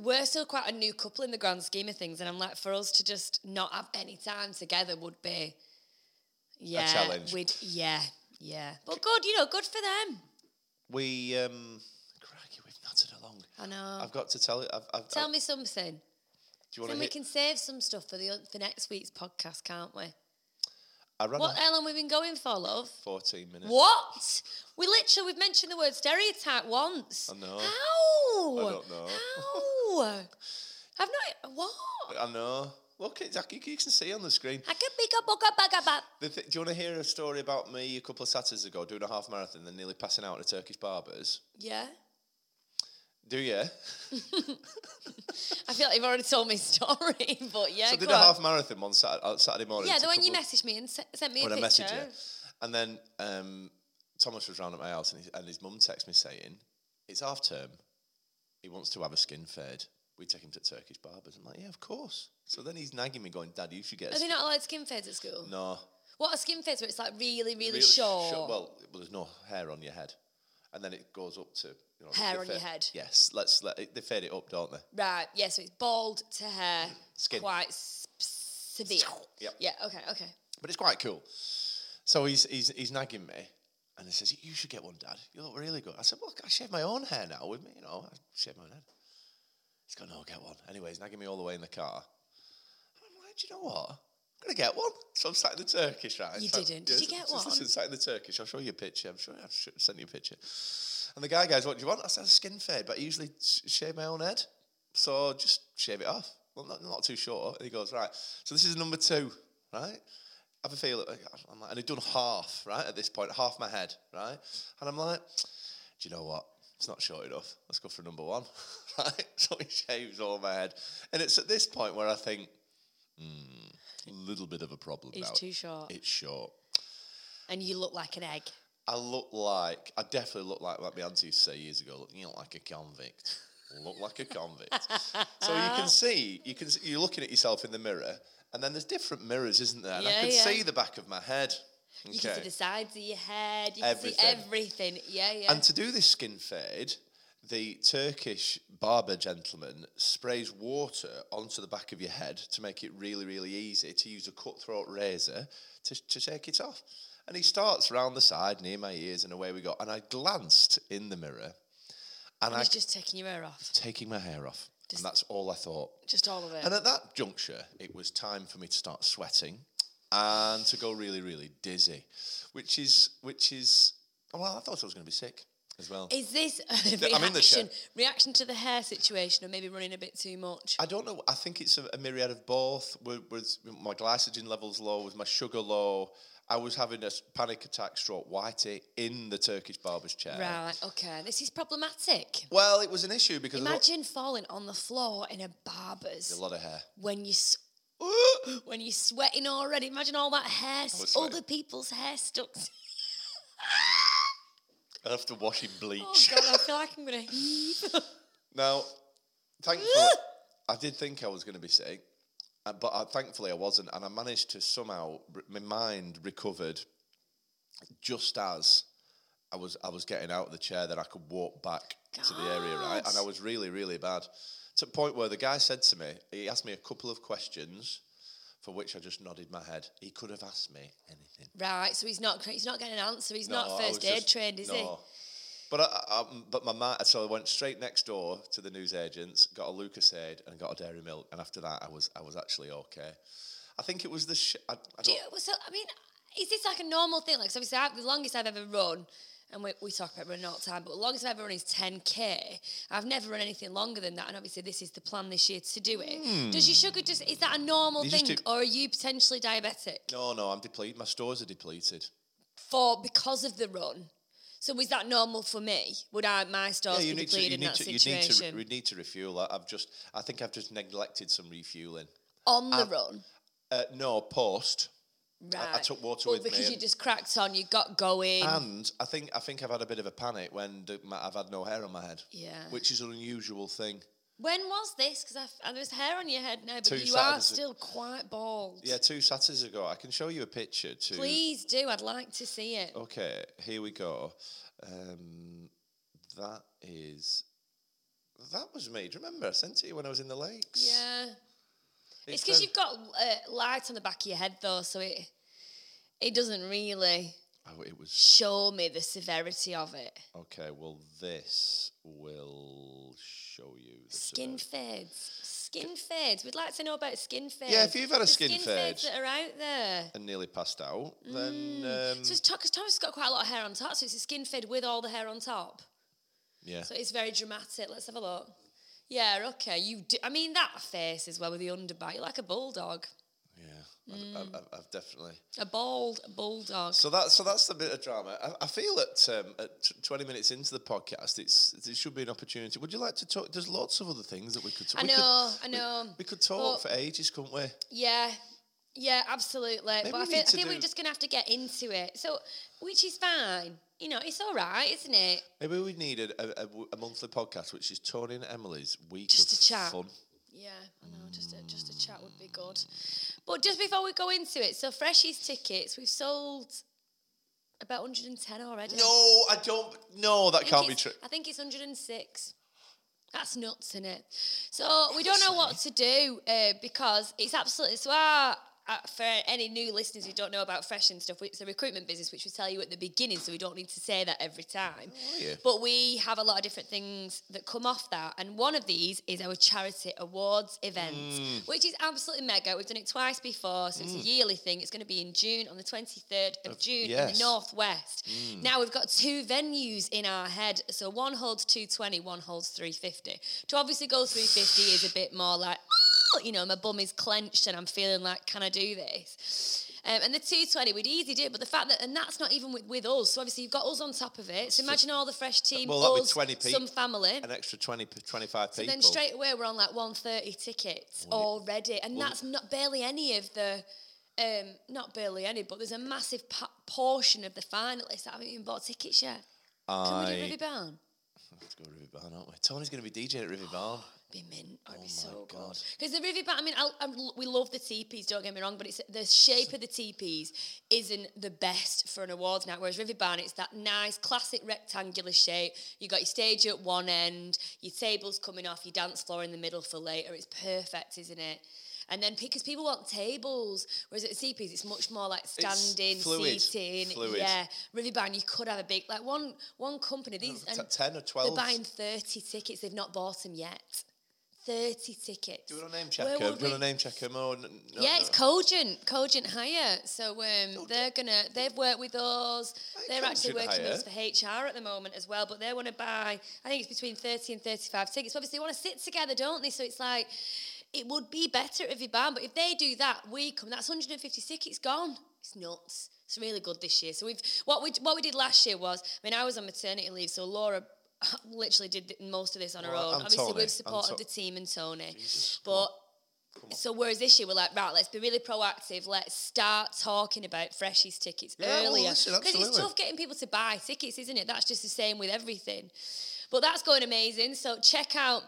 [SPEAKER 2] We're still quite a new couple in the grand scheme of things, and I'm like, for us to just not have any time together would be. Yeah,
[SPEAKER 3] challenge.
[SPEAKER 2] We'd, yeah, yeah. But good, you know, good for them.
[SPEAKER 3] We, um, crikey, we've nutted along.
[SPEAKER 2] I know.
[SPEAKER 3] I've got to tell you. I've, I've,
[SPEAKER 2] Tell
[SPEAKER 3] I've-
[SPEAKER 2] me something.
[SPEAKER 3] do you want
[SPEAKER 2] Then
[SPEAKER 3] to?
[SPEAKER 2] we can save some stuff for the for next week's podcast, can't we?
[SPEAKER 3] I ran
[SPEAKER 2] What
[SPEAKER 3] a
[SPEAKER 2] how long we've been going for, love?
[SPEAKER 3] 14 minutes.
[SPEAKER 2] What? We literally we've mentioned the word stereotype once.
[SPEAKER 3] I know.
[SPEAKER 2] How?
[SPEAKER 3] I don't know.
[SPEAKER 2] How? I've not. What?
[SPEAKER 3] I know. Look, it's, I can- you can see on the screen.
[SPEAKER 2] I could pick up, up, up, up, up.
[SPEAKER 3] The th- do you want to hear a story about me a couple of Saturdays ago doing a half marathon and nearly passing out at a Turkish barber's?
[SPEAKER 2] Yeah.
[SPEAKER 3] Do you?
[SPEAKER 2] I feel like you've already told me a story, but yeah.
[SPEAKER 3] So I
[SPEAKER 2] go
[SPEAKER 3] did a
[SPEAKER 2] on.
[SPEAKER 3] half marathon on Saturday, uh, Saturday morning.
[SPEAKER 2] yeah,
[SPEAKER 3] It's
[SPEAKER 2] the
[SPEAKER 3] a
[SPEAKER 2] one you
[SPEAKER 3] couple-
[SPEAKER 2] messaged me and se- sent me a
[SPEAKER 3] when I
[SPEAKER 2] picture.
[SPEAKER 3] messaged you. And then um, Thomas was round at my house and his, and his mum texted me saying, It's half term. He wants to have a skin fade. We take him to Turkish barbers. I'm like, Yeah, of course. So then he's nagging me, going, Dad, you should get a
[SPEAKER 2] Are they
[SPEAKER 3] skin
[SPEAKER 2] not allowed skin fades at school?
[SPEAKER 3] No.
[SPEAKER 2] What are skin fades where it's like really, really,
[SPEAKER 3] Really
[SPEAKER 2] short?
[SPEAKER 3] Well, well, there's no hair on your head. And then it goes up to. You know,
[SPEAKER 2] Hair
[SPEAKER 3] they
[SPEAKER 2] on your
[SPEAKER 3] fade-
[SPEAKER 2] head.
[SPEAKER 3] Yes, let's let it, they fade it up, don't they?
[SPEAKER 2] Right, yeah, so it's bald to hair.
[SPEAKER 3] Mm, Skin.
[SPEAKER 2] Quite s- severe.
[SPEAKER 3] Yep.
[SPEAKER 2] Yeah, okay, okay.
[SPEAKER 3] But it's quite cool. So he's, he's, he's nagging me and he says, You should get one, Dad. You look really good. I said, Well, I shave my own hair now with me, you know. I shave my own head. He's gone, No, get one. Anyway, he's nagging me all the way in the car. And I'm like, Do you know what? I'm going to get one. So I'm sat in the Turkish, right?
[SPEAKER 2] You
[SPEAKER 3] So-
[SPEAKER 2] didn't. Did you get
[SPEAKER 3] just Listen,
[SPEAKER 2] one?
[SPEAKER 3] sat in the Turkish. I'll show you a picture. I'm sure I've sh- sent you a picture. And the guy goes, What do you want? I said, A skin fade, but I usually s- shave my own head. So just shave it off. Well, not, not too short. And he goes, Right. So this is number two, right? Have a feel. I'm like, and I'd done half, right? At this point, half my head, right? And I'm like, Do you know what? It's not short enough. Let's go for number one, right? So he shaves all my head. And it's at this point where I think, Hmm, little bit of a problem
[SPEAKER 2] It's
[SPEAKER 3] now.
[SPEAKER 2] too short.
[SPEAKER 3] It's short.
[SPEAKER 2] And you look like an egg.
[SPEAKER 3] I look like I definitely look like like my auntie used to say years ago. Look, you look like a convict. look like a convict. so you can see you can see, you're looking at yourself in the mirror, and then there's different mirrors, isn't there? And I
[SPEAKER 2] Yeah,
[SPEAKER 3] can
[SPEAKER 2] yeah.
[SPEAKER 3] see the back of my head. Okay.
[SPEAKER 2] You can see the sides of your head, you
[SPEAKER 3] Everything.
[SPEAKER 2] can see everything. Yeah, yeah.
[SPEAKER 3] And to do this skin fade, the Turkish barber gentleman sprays water onto the back of your head to make it really, really easy to use a cutthroat razor to, to take it off. And he starts round the side near my ears, and away we go. And I glanced in the mirror, and I
[SPEAKER 2] He's just taking your hair off.
[SPEAKER 3] taking my hair off, and that's all I thought.
[SPEAKER 2] Just all of it.
[SPEAKER 3] And at that juncture, it was time for me to start sweating and to go really, really dizzy, which is which is. Well, I thought I was going to be sick as well.
[SPEAKER 2] Is this a
[SPEAKER 3] I'm in the chair.
[SPEAKER 2] reaction, reaction to the hair situation or maybe running a bit too much?
[SPEAKER 3] I don't know. I think it's a, a myriad of both. With, with my glycogen levels low, with my sugar low, I was having a s- panic attack, stroke, whitey in the Turkish barber's chair.
[SPEAKER 2] Right, okay. This is problematic.
[SPEAKER 3] Well, it was an issue because there's
[SPEAKER 2] Imagine falling on the floor in a barber's.
[SPEAKER 3] a lot, a lot of hair.
[SPEAKER 2] when you s- when you're sweating already. Imagine all that hair,
[SPEAKER 3] was sweating.
[SPEAKER 2] other people's hair stuck. to-
[SPEAKER 3] I have to wash in bleach.
[SPEAKER 2] Oh god, I feel like I'm gonna heave.
[SPEAKER 3] Now, thankfully, I did think I was going to be sick, uh, but I, thankfully I wasn't, and I managed to somehow r- my mind recovered just as I was I was getting out of the chair that I could walk back to the area, right? And I was really really bad to the point where the guy said to me, he asked me a couple of questions. For which I just nodded my head. He could have asked me anything.
[SPEAKER 2] Right, so he's not cra- he's not getting an answer. He's
[SPEAKER 3] No,
[SPEAKER 2] not
[SPEAKER 3] I
[SPEAKER 2] first
[SPEAKER 3] was
[SPEAKER 2] aid
[SPEAKER 3] just-
[SPEAKER 2] trained, is
[SPEAKER 3] no. But I, I, um, but my ma- so I went straight next door to the newsagents, got a Lucas Aid and got a Dairy Milk, and after that I was I was actually okay. I think it was the sh- I, I
[SPEAKER 2] he?
[SPEAKER 3] don't,
[SPEAKER 2] Do you, so I mean, is this like a normal thing? Like, so obviously, I, the longest I've ever run. And we, we talk about running all the time, but the longest I've ever run is 10k. I've never run anything longer than that, and obviously this is the plan this year to do it. Does your sugar just is that a normal
[SPEAKER 3] You just
[SPEAKER 2] thing,
[SPEAKER 3] do-
[SPEAKER 2] or are you potentially diabetic?
[SPEAKER 3] no no I'm depleted. My stores are depleted.
[SPEAKER 2] for because of the run. So is that normal for me? Would I my stores
[SPEAKER 3] you
[SPEAKER 2] be
[SPEAKER 3] need to you
[SPEAKER 2] depleted in
[SPEAKER 3] need
[SPEAKER 2] that
[SPEAKER 3] to you need
[SPEAKER 2] situation?
[SPEAKER 3] to, re- need to refuel. I, I've just I think I've just neglected some refueling.
[SPEAKER 2] on the run,
[SPEAKER 3] Uh, no post.
[SPEAKER 2] right?
[SPEAKER 3] took water
[SPEAKER 2] But
[SPEAKER 3] with me
[SPEAKER 2] because you
[SPEAKER 3] and- Um,
[SPEAKER 2] just cracked on, you got going.
[SPEAKER 3] And I think I think I've had a bit of a panic when the, my, I've had no hair on my head.
[SPEAKER 2] Yeah.
[SPEAKER 3] Which is an unusual thing.
[SPEAKER 2] when was this? Because there's hair on your head now,
[SPEAKER 3] Two
[SPEAKER 2] but you are
[SPEAKER 3] Saturdays-
[SPEAKER 2] still quite bald.
[SPEAKER 3] Yeah, two Saturdays ago. I can show you a picture to
[SPEAKER 2] Please do. I'd like to see it.
[SPEAKER 3] Okay, here we go. Um, that is. That was me. Do you remember? I sent it to you when I was in the lakes.
[SPEAKER 2] Yeah. It's because
[SPEAKER 3] um,
[SPEAKER 2] you've got uh, light on the back of your head though, so it it doesn't really
[SPEAKER 3] Oh, it was.
[SPEAKER 2] show me the severity of it.
[SPEAKER 3] Okay, well, this will show you. the
[SPEAKER 2] Skin
[SPEAKER 3] severity.
[SPEAKER 2] fades. Skin fades. We'd like to know about skin fades.
[SPEAKER 3] Yeah, if you've had a
[SPEAKER 2] The
[SPEAKER 3] skin
[SPEAKER 2] fades
[SPEAKER 3] fade.
[SPEAKER 2] that are out there.
[SPEAKER 3] And nearly passed out. Then. Um,
[SPEAKER 2] So it's because Thomas has got quite a lot of hair on top, so it's a skin fade with all the hair on top.
[SPEAKER 3] yeah.
[SPEAKER 2] So it's very dramatic. Let's have a look. Yeah, okay. You do. I mean, that face is well with the underbite. You're like a bulldog,
[SPEAKER 3] Yeah,
[SPEAKER 2] Mm.
[SPEAKER 3] I've, I've, I've definitely.
[SPEAKER 2] a bald bulldog.
[SPEAKER 3] So that so that's the bit of drama. I, I feel at, um, at t- twenty minutes into the podcast, it's it should be an opportunity. Would you like to talk? There's lots of other things that we could. talk
[SPEAKER 2] I
[SPEAKER 3] we could-
[SPEAKER 2] know, I
[SPEAKER 3] we-
[SPEAKER 2] know.
[SPEAKER 3] We, could talk
[SPEAKER 2] Well-
[SPEAKER 3] for ages, couldn't we?
[SPEAKER 2] Yeah, yeah, absolutely.
[SPEAKER 3] Maybe
[SPEAKER 2] but I
[SPEAKER 3] we
[SPEAKER 2] feel,
[SPEAKER 3] need
[SPEAKER 2] I
[SPEAKER 3] to
[SPEAKER 2] feel
[SPEAKER 3] do-
[SPEAKER 2] we're just gonna have to get into it. So, which is fine. You know, it's all right, isn't it?
[SPEAKER 3] Maybe we need a, a- a w- a monthly podcast, which is Tony and Emily's week
[SPEAKER 2] Just
[SPEAKER 3] of
[SPEAKER 2] a chat.
[SPEAKER 3] fun.
[SPEAKER 2] Yeah, I know. Just a, just a chat would be good. But just before we go into it, so Freshies tickets, we've sold about 110 already.
[SPEAKER 3] No, I don't. No, that
[SPEAKER 2] I think
[SPEAKER 3] can't be
[SPEAKER 2] it's-
[SPEAKER 3] true.
[SPEAKER 2] I think it's 106. That's nuts, is it? So we don't know what to do uh, because it's absolutely so. Our, uh, for any new listeners who don't know about Fresh and stuff, we- it's a recruitment business, which we tell you at the beginning, so we don't need to say that every time.
[SPEAKER 3] yeah.
[SPEAKER 2] But we have a lot of different things that come off that, and one of these is our charity awards event,
[SPEAKER 3] Mm.
[SPEAKER 2] which is absolutely mega. We've done it twice before, so it's a yearly thing. It's going to be in June on the 23rd of, June in
[SPEAKER 3] yes.
[SPEAKER 2] the North. Northwest. Now we've got two venues in our head. So one holds 220, one holds 350. To obviously go 350 is a bit more like, "Oh," you know, my bum is clenched and I'm feeling like, can I do this? Um, and the 220, we'd easily do it, but the fact that, and that's not even with, with us. So obviously you've got us on top of it. So imagine all the fresh team,
[SPEAKER 3] Well, that'd be
[SPEAKER 2] us,
[SPEAKER 3] 20 pe-
[SPEAKER 2] some family.
[SPEAKER 3] An extra 20, p- 25 people.
[SPEAKER 2] Then straight away we're on like 130 tickets already, and that's not barely any of the, um, not barely any, but there's a massive pa- portion of the finalists that haven't even bought tickets yet. Can we do
[SPEAKER 3] I
[SPEAKER 2] Ruby Barn?
[SPEAKER 3] have to go to River Barn, aren't we? Tony's going to be DJing at River Barn.
[SPEAKER 2] Be mint. That'd be
[SPEAKER 3] Oh my
[SPEAKER 2] so
[SPEAKER 3] God.
[SPEAKER 2] good. Because the River Barn, I mean, I, I, we love the teepees. Don't get me wrong, but it's the shape of the teepees isn't the best for an awards night. Whereas River Barn, it's that nice classic rectangular shape. You got your stage at one end, your tables coming off, your dance floor in the middle for later. It's perfect, isn't it? And then because people want tables, whereas at CPs it's much more like standing,
[SPEAKER 3] fluid,
[SPEAKER 2] seating.
[SPEAKER 3] fluid.
[SPEAKER 2] Yeah, River Barn, you could have a big like one one company. These
[SPEAKER 3] Oh, T-
[SPEAKER 2] and
[SPEAKER 3] 10 or 12.
[SPEAKER 2] they're buying 30 tickets. They've not bought them yet. 30 tickets.
[SPEAKER 3] Do you want to name check
[SPEAKER 2] Where
[SPEAKER 3] him?
[SPEAKER 2] would
[SPEAKER 3] Do you want
[SPEAKER 2] we-
[SPEAKER 3] to name check him? Or n- n- no,
[SPEAKER 2] yeah, it's
[SPEAKER 3] no.
[SPEAKER 2] Cogent, Cogent Hire. So um, they're gonna, they've worked with us. They're actually
[SPEAKER 3] Cogent
[SPEAKER 2] working
[SPEAKER 3] Hire.
[SPEAKER 2] with us for HR at the moment as well. But they want to buy, I think it's between thirty and thirty-five tickets. Obviously, they want to sit together, don't they? So it's like, it would be better if you ban. But if they do that, we come. That's one hundred and fifty tickets gone. It's nuts. It's really good this year. So we've what we what we did last year was, I mean, I was on maternity leave, so Laura. Literally did th- most of this on her
[SPEAKER 3] Well,
[SPEAKER 2] own.
[SPEAKER 3] and
[SPEAKER 2] Obviously,
[SPEAKER 3] Tony,
[SPEAKER 2] we've
[SPEAKER 3] and
[SPEAKER 2] supported
[SPEAKER 3] To-
[SPEAKER 2] the team and Tony, but so whereas this year we're like, right, let's be really proactive. Let's start talking about freshies tickets
[SPEAKER 3] Yeah, well,
[SPEAKER 2] earlier
[SPEAKER 3] listen,
[SPEAKER 2] it's
[SPEAKER 3] absolutely.
[SPEAKER 2] tough getting people to buy tickets, isn't it? That's just the same with everything. But that's going amazing. So check out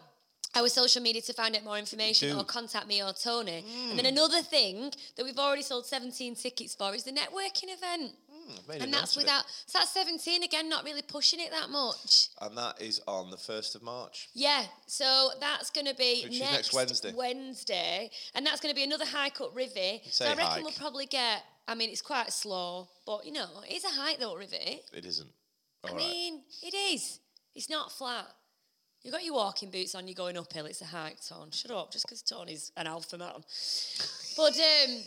[SPEAKER 2] our social media to find out more information
[SPEAKER 3] Do. Mm.
[SPEAKER 2] or contact me or Tony. And then another thing that we've already sold 17 tickets for is the networking event.
[SPEAKER 3] I've made a
[SPEAKER 2] and
[SPEAKER 3] note
[SPEAKER 2] that's
[SPEAKER 3] of it.
[SPEAKER 2] without, so that's 17 again, not really pushing it that much.
[SPEAKER 3] And that is on the 1st of March.
[SPEAKER 2] Yeah, so that's going to be
[SPEAKER 3] Which is
[SPEAKER 2] next,
[SPEAKER 3] next Wednesday.
[SPEAKER 2] Wednesday, and that's going to be another hike up Rivy. So I reckon
[SPEAKER 3] hike.
[SPEAKER 2] we'll probably get. I mean, it's quite slow, but you know, it's a hike though, Rivy.
[SPEAKER 3] It isn't.
[SPEAKER 2] I
[SPEAKER 3] All right.
[SPEAKER 2] mean, it is. It's not flat. You got your walking boots on. You're going uphill. It's a hike, Ton. Shut up, just because Tony's an alpha man. But um,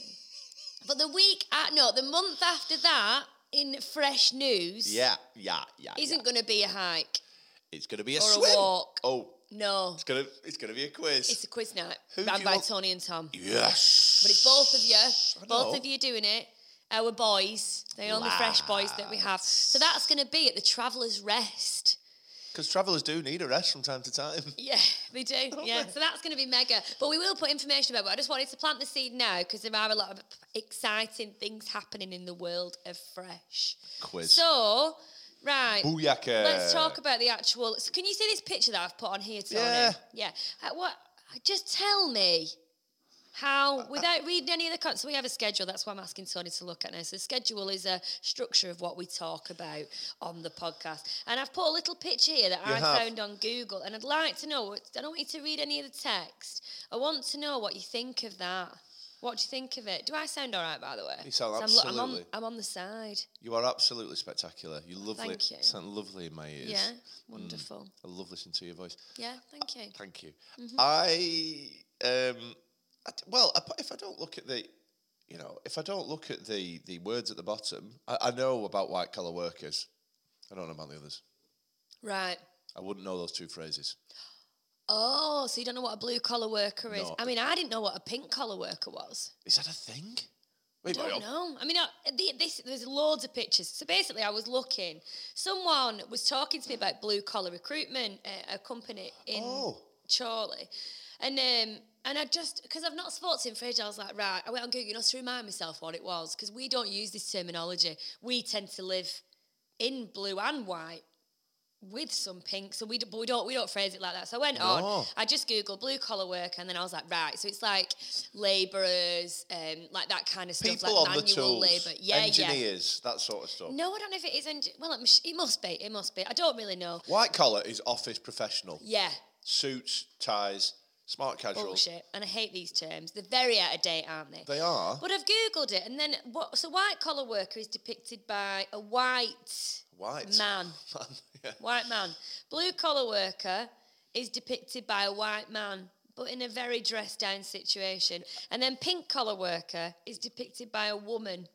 [SPEAKER 2] but the week at no, the month after that in fresh news
[SPEAKER 3] Yeah, yeah, yeah.
[SPEAKER 2] isn't
[SPEAKER 3] yeah.
[SPEAKER 2] going to be a hike.
[SPEAKER 3] It's going to be a
[SPEAKER 2] or a
[SPEAKER 3] swim.
[SPEAKER 2] walk.
[SPEAKER 3] Oh,
[SPEAKER 2] No,
[SPEAKER 3] it's going to it's going to be a quiz.
[SPEAKER 2] it's a quiz night
[SPEAKER 3] Who do
[SPEAKER 2] ran
[SPEAKER 3] you
[SPEAKER 2] by
[SPEAKER 3] want-
[SPEAKER 2] Tony and Tom.
[SPEAKER 3] yes.
[SPEAKER 2] But it's both of you. Both
[SPEAKER 3] know.
[SPEAKER 2] of you doing it. Our boys. They're all the fresh boys that we have. So that's going to be at the Traveller's Rest.
[SPEAKER 3] Because travellers do need a rest from time to time.
[SPEAKER 2] Yeah, they do. Yeah, so that's going to be mega. But we will put information about it. But I just wanted to plant the seed now because there are a lot of exciting things happening in the world of fresh.
[SPEAKER 3] Quiz.
[SPEAKER 2] So, right.
[SPEAKER 3] Booyaka.
[SPEAKER 2] Let's talk about the actual. So can you see this picture that I've put on here, Tony?
[SPEAKER 3] Yeah.
[SPEAKER 2] Yeah. Uh, what? Just tell me
[SPEAKER 3] Uh,
[SPEAKER 2] how, without reading any of the con- so we have a schedule. That's what I'm asking Tony to look at now. So the schedule is a structure of what we talk about on the podcast, and I've put a little picture here that I
[SPEAKER 3] have.
[SPEAKER 2] found on Google, and I'd like to know. I don't want you to read any of the text. I want to know what you think of that. What do you think of it? Do I sound all right, by the way?
[SPEAKER 3] You sound
[SPEAKER 2] So I'm, lo- I'm, on,
[SPEAKER 3] absolutely.
[SPEAKER 2] I'm on the side.
[SPEAKER 3] You are absolutely spectacular. You lovely.
[SPEAKER 2] Thank you.
[SPEAKER 3] Sound lovely in my ears.
[SPEAKER 2] Yeah. Wonderful.
[SPEAKER 3] I love listening to your voice.
[SPEAKER 2] Yeah. Thank you.
[SPEAKER 3] Thank you.
[SPEAKER 2] Mm-hmm.
[SPEAKER 3] I um, I d well, ap- if I don't look at the, you know, if I don't look at the the words at the bottom, I, I know about white collar workers. I don't know about the others.
[SPEAKER 2] Right.
[SPEAKER 3] I wouldn't know those two phrases.
[SPEAKER 2] Oh, so you don't know what a blue collar worker is?
[SPEAKER 3] No.
[SPEAKER 2] I mean, I didn't know what a pink collar worker was.
[SPEAKER 3] Is that a thing? Wait,
[SPEAKER 2] don't
[SPEAKER 3] wait, oh,
[SPEAKER 2] know. I mean, I, the, this, there's loads of pictures. So basically, I was looking. Someone was talking to me about blue collar recruitment, uh, a company in
[SPEAKER 3] Oh.
[SPEAKER 2] Chorley, and um, and I just because I've not spoken to him for ages, I was like, right, I went on Google just to remind myself what it was because we don't use this terminology. We tend to live in blue and white. With some pink, so we d- but we don't we don't phrase it like that. So I went on.
[SPEAKER 3] No.
[SPEAKER 2] I just googled blue collar work, and then I was like, right. So it's like labourers, um, like that kind of stuff,
[SPEAKER 3] people
[SPEAKER 2] like
[SPEAKER 3] on the
[SPEAKER 2] manual
[SPEAKER 3] tools,
[SPEAKER 2] labour. Yeah, yeah.
[SPEAKER 3] engineers, that sort of stuff.
[SPEAKER 2] No, I don't know if it is. Engi- well, it, must it must be. It must be. I don't really know.
[SPEAKER 3] White collar is office professional.
[SPEAKER 2] Yeah,
[SPEAKER 3] Suits, ties, smart casual.
[SPEAKER 2] bullshit. Oh, And I hate these terms. They're very out of date, aren't they?
[SPEAKER 3] They are
[SPEAKER 2] But I've googled it, and then what? So white collar worker is depicted by a white
[SPEAKER 3] white.
[SPEAKER 2] man.
[SPEAKER 3] yeah.
[SPEAKER 2] White man. Blue collar worker is depicted by a white man, but in a very dressed down situation. And then pink collar worker is depicted by a woman.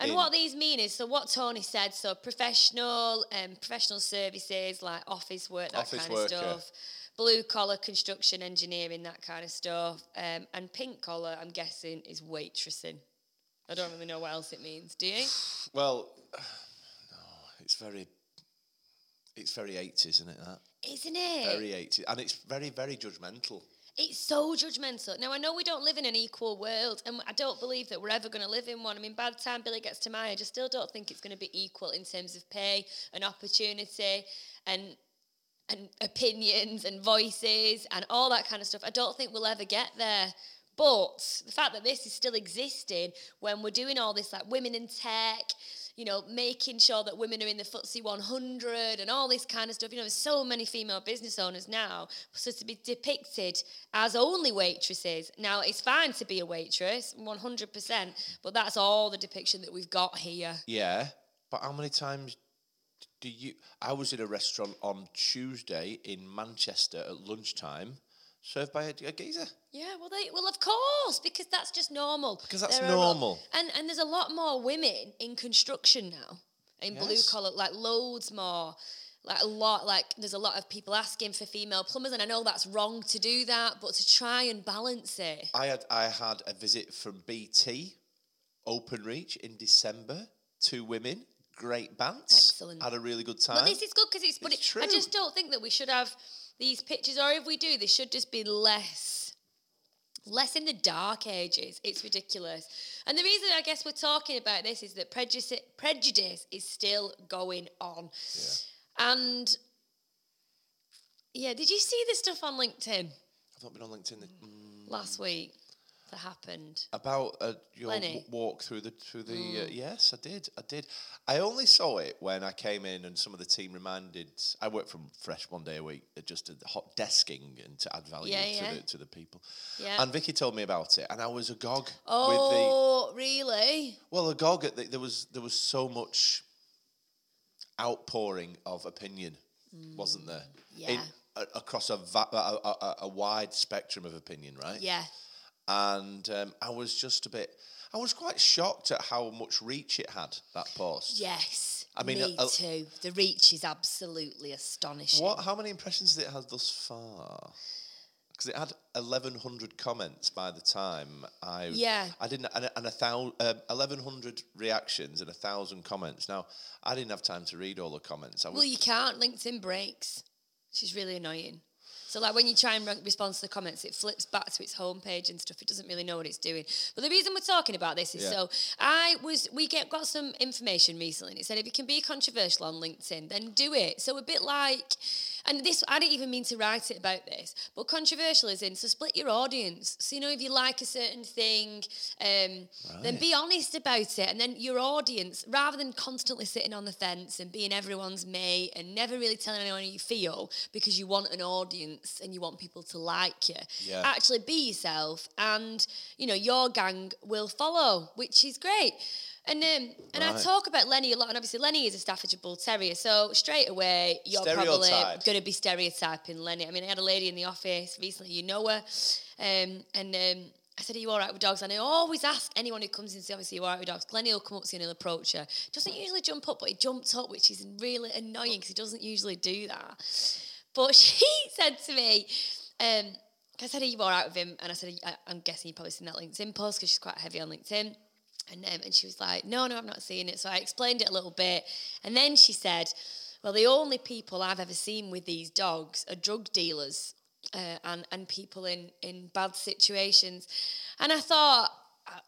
[SPEAKER 2] And
[SPEAKER 3] In-
[SPEAKER 2] what these mean is so what Tony said, so professional, um, professional services like office work, that
[SPEAKER 3] Office
[SPEAKER 2] kind
[SPEAKER 3] worker.
[SPEAKER 2] of stuff. Blue collar construction engineering, that kind of stuff. Um, and pink collar, I'm guessing, is waitressing. I don't really know what else it means, do you?
[SPEAKER 3] Well, no, it's very, it's very eighties, isn't it? That
[SPEAKER 2] Isn't it?
[SPEAKER 3] very eighties, and it's very, very judgmental.
[SPEAKER 2] It's so judgmental. Now I know we don't live in an equal world, and I don't believe that we're ever going to live in one. I mean, by the time Billy gets to my age, I still don't think it's going to be equal in terms of pay and opportunity, and and opinions and voices and all that kind of stuff. I don't think we'll ever get there. But the fact that this is still existing when we're doing all this, like women in tech, you know, making sure that women are in the FTSE 100 and all this kind of stuff, you know, there's so many female business owners now. So to be depicted as only waitresses, now it's fine to be a waitress, 100%, but that's all the depiction that we've got here.
[SPEAKER 3] Yeah, but how many times do you? I was in a restaurant on Tuesday in Manchester at lunchtime, served by a, a geezer.
[SPEAKER 2] Yeah, well, they well, of course, because that's just normal.
[SPEAKER 3] Because that's
[SPEAKER 2] are a lot-
[SPEAKER 3] normal.
[SPEAKER 2] and and there's a lot more women in construction now, in blue
[SPEAKER 3] Yes.
[SPEAKER 2] collar, like loads more, like a lot, like there's a lot of people asking for female plumbers, and I know that's wrong to do that, but to try and balance it,
[SPEAKER 3] I had I had a visit from BT, Openreach in December. Two women, great bants.
[SPEAKER 2] Excellent.
[SPEAKER 3] Had a really good time.
[SPEAKER 2] but this is good because it's. But
[SPEAKER 3] It's
[SPEAKER 2] it, I
[SPEAKER 3] true.
[SPEAKER 2] just don't think that we should have these pictures, or if we do, they should just be less. less in the dark ages. It's ridiculous. And the reason I guess we're talking about this is that prejudice, prejudice is still going on. And yeah, did you see the stuff on LinkedIn
[SPEAKER 3] I've not been on LinkedIn th- mm,
[SPEAKER 2] last week that happened?
[SPEAKER 3] about uh, your
[SPEAKER 2] Lenny.
[SPEAKER 3] w- walk through the through the. Uh,
[SPEAKER 2] Mm.
[SPEAKER 3] yes, I did. I did. I only saw it when I came in, and some of the team reminded. I work from Fresh one day a week, uh, just to- hot desking and to add value
[SPEAKER 2] Yeah,
[SPEAKER 3] to
[SPEAKER 2] yeah.
[SPEAKER 3] the to the people.
[SPEAKER 2] Yeah.
[SPEAKER 3] And Vicky told me about it, and I was agog with the
[SPEAKER 2] Oh, really?
[SPEAKER 3] Well, agog at the, there was there was so much outpouring of opinion, wasn't there?
[SPEAKER 2] Mm, yeah.
[SPEAKER 3] a, across a, va- a, a, a wide spectrum of opinion, right?
[SPEAKER 2] Yeah.
[SPEAKER 3] And um, I was just a bit, I was quite shocked at how much reach it had that post.
[SPEAKER 2] Yes.
[SPEAKER 3] I mean,
[SPEAKER 2] me
[SPEAKER 3] a- a-
[SPEAKER 2] too. The reach is absolutely astonishing.
[SPEAKER 3] What? How many impressions did it have thus far? Because it had eleven hundred comments by the time I
[SPEAKER 2] Yeah.
[SPEAKER 3] I didn't and, and a thousand uh, eleven hundred reactions and a thousand comments. Now I didn't have time to read all the comments. I was
[SPEAKER 2] Well, you can't. LinkedIn breaks. She's really annoying. So, like, when you try and re- respond to the comments, it flips back to its homepage and stuff. It doesn't really know what it's doing. But the reason we're talking about this is
[SPEAKER 3] Yeah.
[SPEAKER 2] so I was, we get, got some information recently and it said if you can be controversial on LinkedIn, then do it. So, a bit like, and this, I didn't even mean to write it about this, but controversial is in, so split your audience. So, you know, if you like a certain thing, um, then
[SPEAKER 3] Right.
[SPEAKER 2] be honest about it and then your audience rather than constantly sitting on the fence and being everyone's mate and never really telling anyone how you feel because you want an audience and you want people to like you
[SPEAKER 3] Yeah.
[SPEAKER 2] actually be yourself and you know your gang will follow which is great and um, and I
[SPEAKER 3] Right.
[SPEAKER 2] talk about Lenny a lot, and obviously Lenny is a Staffordshire Bull Terrier, so straight away you're probably
[SPEAKER 3] Stereotype.
[SPEAKER 2] going to be stereotyping Lenny. I mean, I had a lady in the office recently, you know her, um, and um, I said, "Are you all right with dogs?" And I always ask anyone who comes in to see, "Obviously, you all right with dogs?" Lenny will come up to you and he'll approach her. Doesn't usually jump up, but he jumped up, which is really annoying because he doesn't usually do that. But she said to me, um, I said, Are you all right with him? And I said, I, I'm guessing you've probably seen that LinkedIn post because she's quite heavy on LinkedIn. And, um, and she was like, No, no, I'm not seeing it. So I explained it a little bit. And then she said, Well, the only people I've ever seen with these dogs are drug dealers uh, and, and people in, in bad situations. And I thought, uh,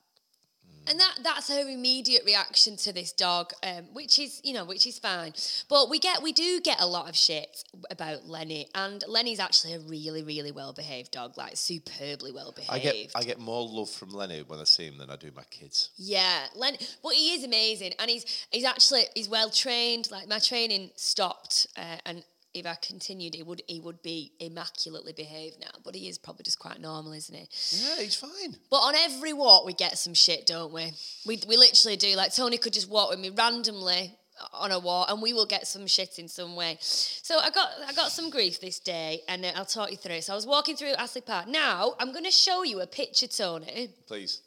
[SPEAKER 2] and that that's her immediate reaction to this dog, um, which is you know which is fine. But we get we do get a lot of shit about Lenny, and Lenny's actually a really really well behaved dog, like superbly well behaved.
[SPEAKER 3] I get I get more love from Lenny when I see him than I do my kids.
[SPEAKER 2] Yeah, Len, but he is amazing, and he's he's actually he's well trained. Like my training stopped, uh, and if I continued, he would he would be immaculately behaved now. But he is probably just quite normal, isn't he?
[SPEAKER 3] Yeah, he's fine.
[SPEAKER 2] But on every walk, we get some shit, don't we? We we literally do. Like Tony could just walk with me randomly on a walk, and we will get some shit in some way. So I got I got some grief this day, and uh, I'll talk you through it. So I was walking through Astley Park. Now I'm going to show you a picture, Tony
[SPEAKER 3] Please.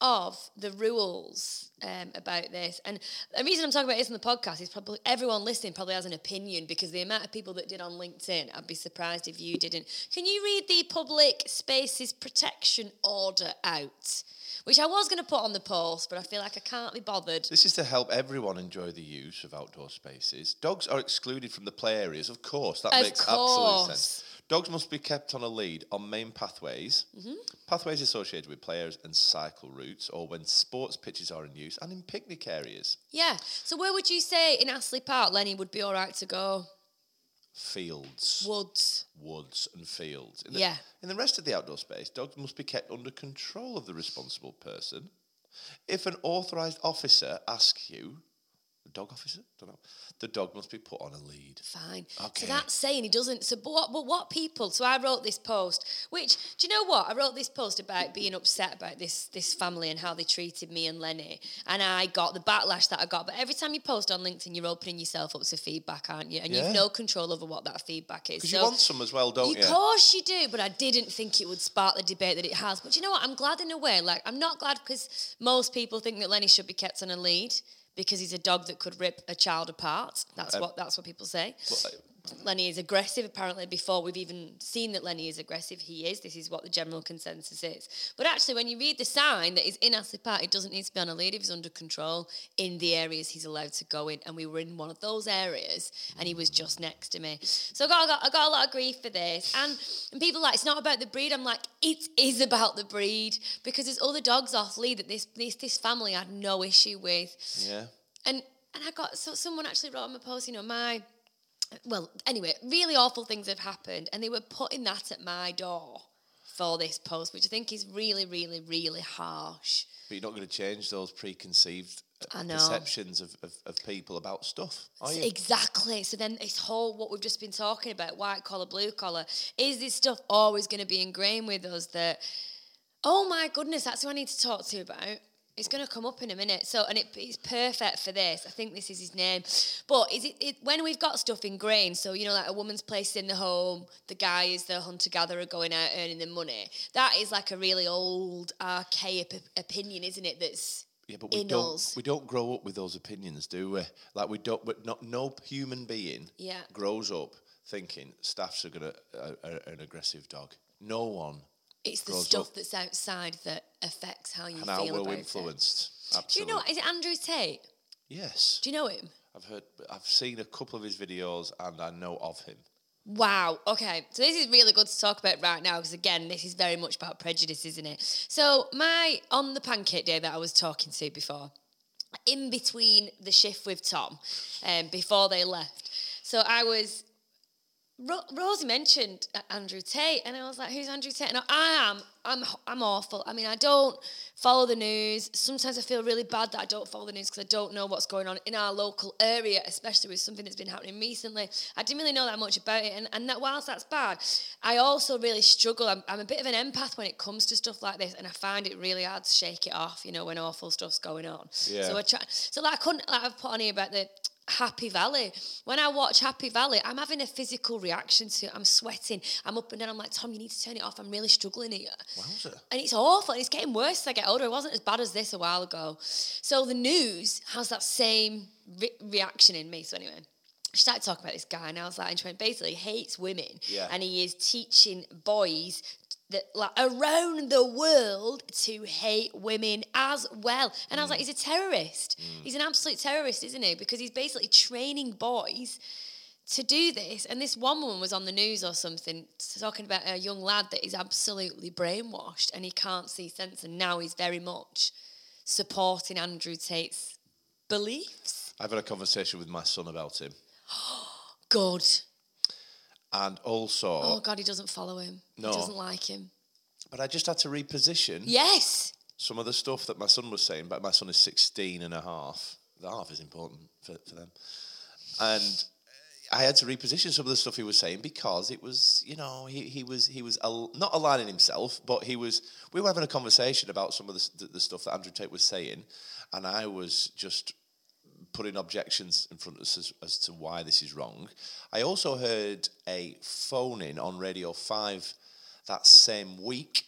[SPEAKER 2] of the rules um, about this. And the reason I'm talking about this in the podcast is probably everyone listening probably has an opinion because the amount of people that did on LinkedIn, I'd be surprised if you didn't. Can you read the Public Spaces Protection Order out? Which I was going to put on the post, but I feel like I can't be bothered.
[SPEAKER 3] This is to help everyone enjoy the use of outdoor spaces. Dogs are excluded from the play areas, of course. That
[SPEAKER 2] Of
[SPEAKER 3] makes absolute sense. Dogs must be kept on a lead on main pathways,
[SPEAKER 2] Mm-hmm.
[SPEAKER 3] pathways associated with players and cycle routes, or when sports pitches are in use, and in picnic areas,
[SPEAKER 2] Yeah. So where would you say in Astley Park, Lenny would be all right to go?
[SPEAKER 3] fields,
[SPEAKER 2] Woods.
[SPEAKER 3] woods, and fields. In the,
[SPEAKER 2] Yeah.
[SPEAKER 3] In the rest of the outdoor space, dogs must be kept under control of the responsible person. If an authorised officer asks you, dog officer, don't know, the dog must be put on a lead.
[SPEAKER 2] Fine.
[SPEAKER 3] Okay.
[SPEAKER 2] So that's saying he doesn't. So, but what, but what people? So I wrote this post, which do you know what? I wrote this post about being upset about this this family and how they treated me and Lenny, and I got the backlash that I got. But every time you post on LinkedIn, you're opening yourself up to feedback, aren't you? And
[SPEAKER 3] Yeah.
[SPEAKER 2] you've no control over what that feedback is.
[SPEAKER 3] Because
[SPEAKER 2] So-
[SPEAKER 3] you want some as well, don't you?
[SPEAKER 2] of course you do, but I didn't think it would spark the debate that it has. But you know what? I'm glad in a way. Like I'm not glad because most people think that Lenny should be kept on a lead because he's a dog that could rip a child apart. That's
[SPEAKER 3] Um,
[SPEAKER 2] what that's what people say.
[SPEAKER 3] But, uh,
[SPEAKER 2] Lenny is aggressive. Apparently, before we've even seen that Lenny is aggressive, he is. This is what the general consensus is. But actually, when you read the sign that he's in Astley Park, he doesn't need to be on a lead if he's under control in the areas he's allowed to go in. And we were in one of those areas, and he was just next to me. So I got, I got, I got a lot of grief for this. And, and people are like, it's not about the breed. I'm like, it is about the breed because there's other dogs off lead that this this, this family had no issue with
[SPEAKER 3] yeah.
[SPEAKER 2] and and I got so someone actually wrote on my post, you know, my well, anyway, really awful things have happened, and they were putting that at my door for this post, which I think is really, really, really harsh.
[SPEAKER 3] But you're not going to change those preconceived uh,
[SPEAKER 2] I know.
[SPEAKER 3] perceptions of, of, of people about stuff, are you?
[SPEAKER 2] Exactly. So then this whole what we've just been talking about, white collar, blue collar, is this stuff always going to be ingrained with us that, oh my goodness, that's who I need to talk to you about. It's going to come up in a minute. So, and it, it's perfect for this. I think this is his name. But is it, it when we've got stuff ingrained? So, you know, like a woman's placed in the home, the guy is the hunter gatherer going out earning the money. That is like a really old, archaic op- opinion, isn't it? That's
[SPEAKER 3] yeah, but we
[SPEAKER 2] in
[SPEAKER 3] don't
[SPEAKER 2] us.
[SPEAKER 3] we don't grow up with those opinions, do we? Like we don't. But not no human being
[SPEAKER 2] Yeah.
[SPEAKER 3] grows up thinking staffs are gonna uh, are an aggressive dog. No one,
[SPEAKER 2] It's the
[SPEAKER 3] grows up.
[SPEAKER 2] stuff that's outside that affects how you
[SPEAKER 3] and
[SPEAKER 2] feel
[SPEAKER 3] I will
[SPEAKER 2] about it.
[SPEAKER 3] influenced.
[SPEAKER 2] Do you
[SPEAKER 3] Absolutely.
[SPEAKER 2] know is it Andrew Tate?
[SPEAKER 3] Yes,
[SPEAKER 2] Do you know him?
[SPEAKER 3] I've heard. I've seen a couple of his videos, and I know of him.
[SPEAKER 2] Wow. Okay. So this is really good to talk about right now because again, this is very much about prejudice, isn't it? So my on the pancake day that I was talking to before, in between the shift with Tom, um, before they left, so I was Ro- Rosie mentioned uh, Andrew Tate, and I was like, "Who's Andrew Tate?" And I, I am, I'm, h- I'm awful. I mean, I don't follow the news. Sometimes I feel really bad that I don't follow the news because I don't know what's going on in our local area, especially with something that's been happening recently. I didn't really know that much about it, and, and that whilst that's bad, I also really struggle. I'm, I'm a bit of an empath when it comes to stuff like this, and I find it really hard to shake it off. You know, when awful stuff's going on.
[SPEAKER 3] Yeah.
[SPEAKER 2] So I try. So like, I couldn't. Like I've put on here about the Happy Valley. When I watch Happy Valley, I'm having a physical reaction to it. I'm sweating. I'm up and down. I'm like, Tom, you need to turn it off. I'm really struggling here.
[SPEAKER 3] Wowzer.
[SPEAKER 2] And it's awful. And it's getting worse as I get older. It wasn't as bad as this a while ago. So the news has that same re- reaction in me. So anyway. she started talking about this guy, and I was like, and she went, basically, he hates women,
[SPEAKER 3] Yeah.
[SPEAKER 2] and he is teaching boys that like around the world to hate women as well. And I was like, he's a terrorist. He's an absolute terrorist, isn't he? Because he's basically training boys to do this. And this one woman was on the news or something talking about a young lad that is absolutely brainwashed and he can't see sense, and now he's very much supporting Andrew Tate's beliefs.
[SPEAKER 3] I've had a conversation with my son about him,
[SPEAKER 2] God.
[SPEAKER 3] and also,
[SPEAKER 2] Oh God, he doesn't follow him.
[SPEAKER 3] No.
[SPEAKER 2] He doesn't like him.
[SPEAKER 3] but I just had to reposition
[SPEAKER 2] Yes.
[SPEAKER 3] some of the stuff that my son was saying. But my son is 16 and a half. The half is important for, for them, and I had to reposition some of the stuff he was saying because it was, you know, he, he was he was al- not aligning himself, but he was. We were having a conversation about some of the, s- the, the stuff that Andrew Tate was saying, and I was just putting objections in front of us as, as to why this is wrong. I also heard a phone in on Radio Five that same week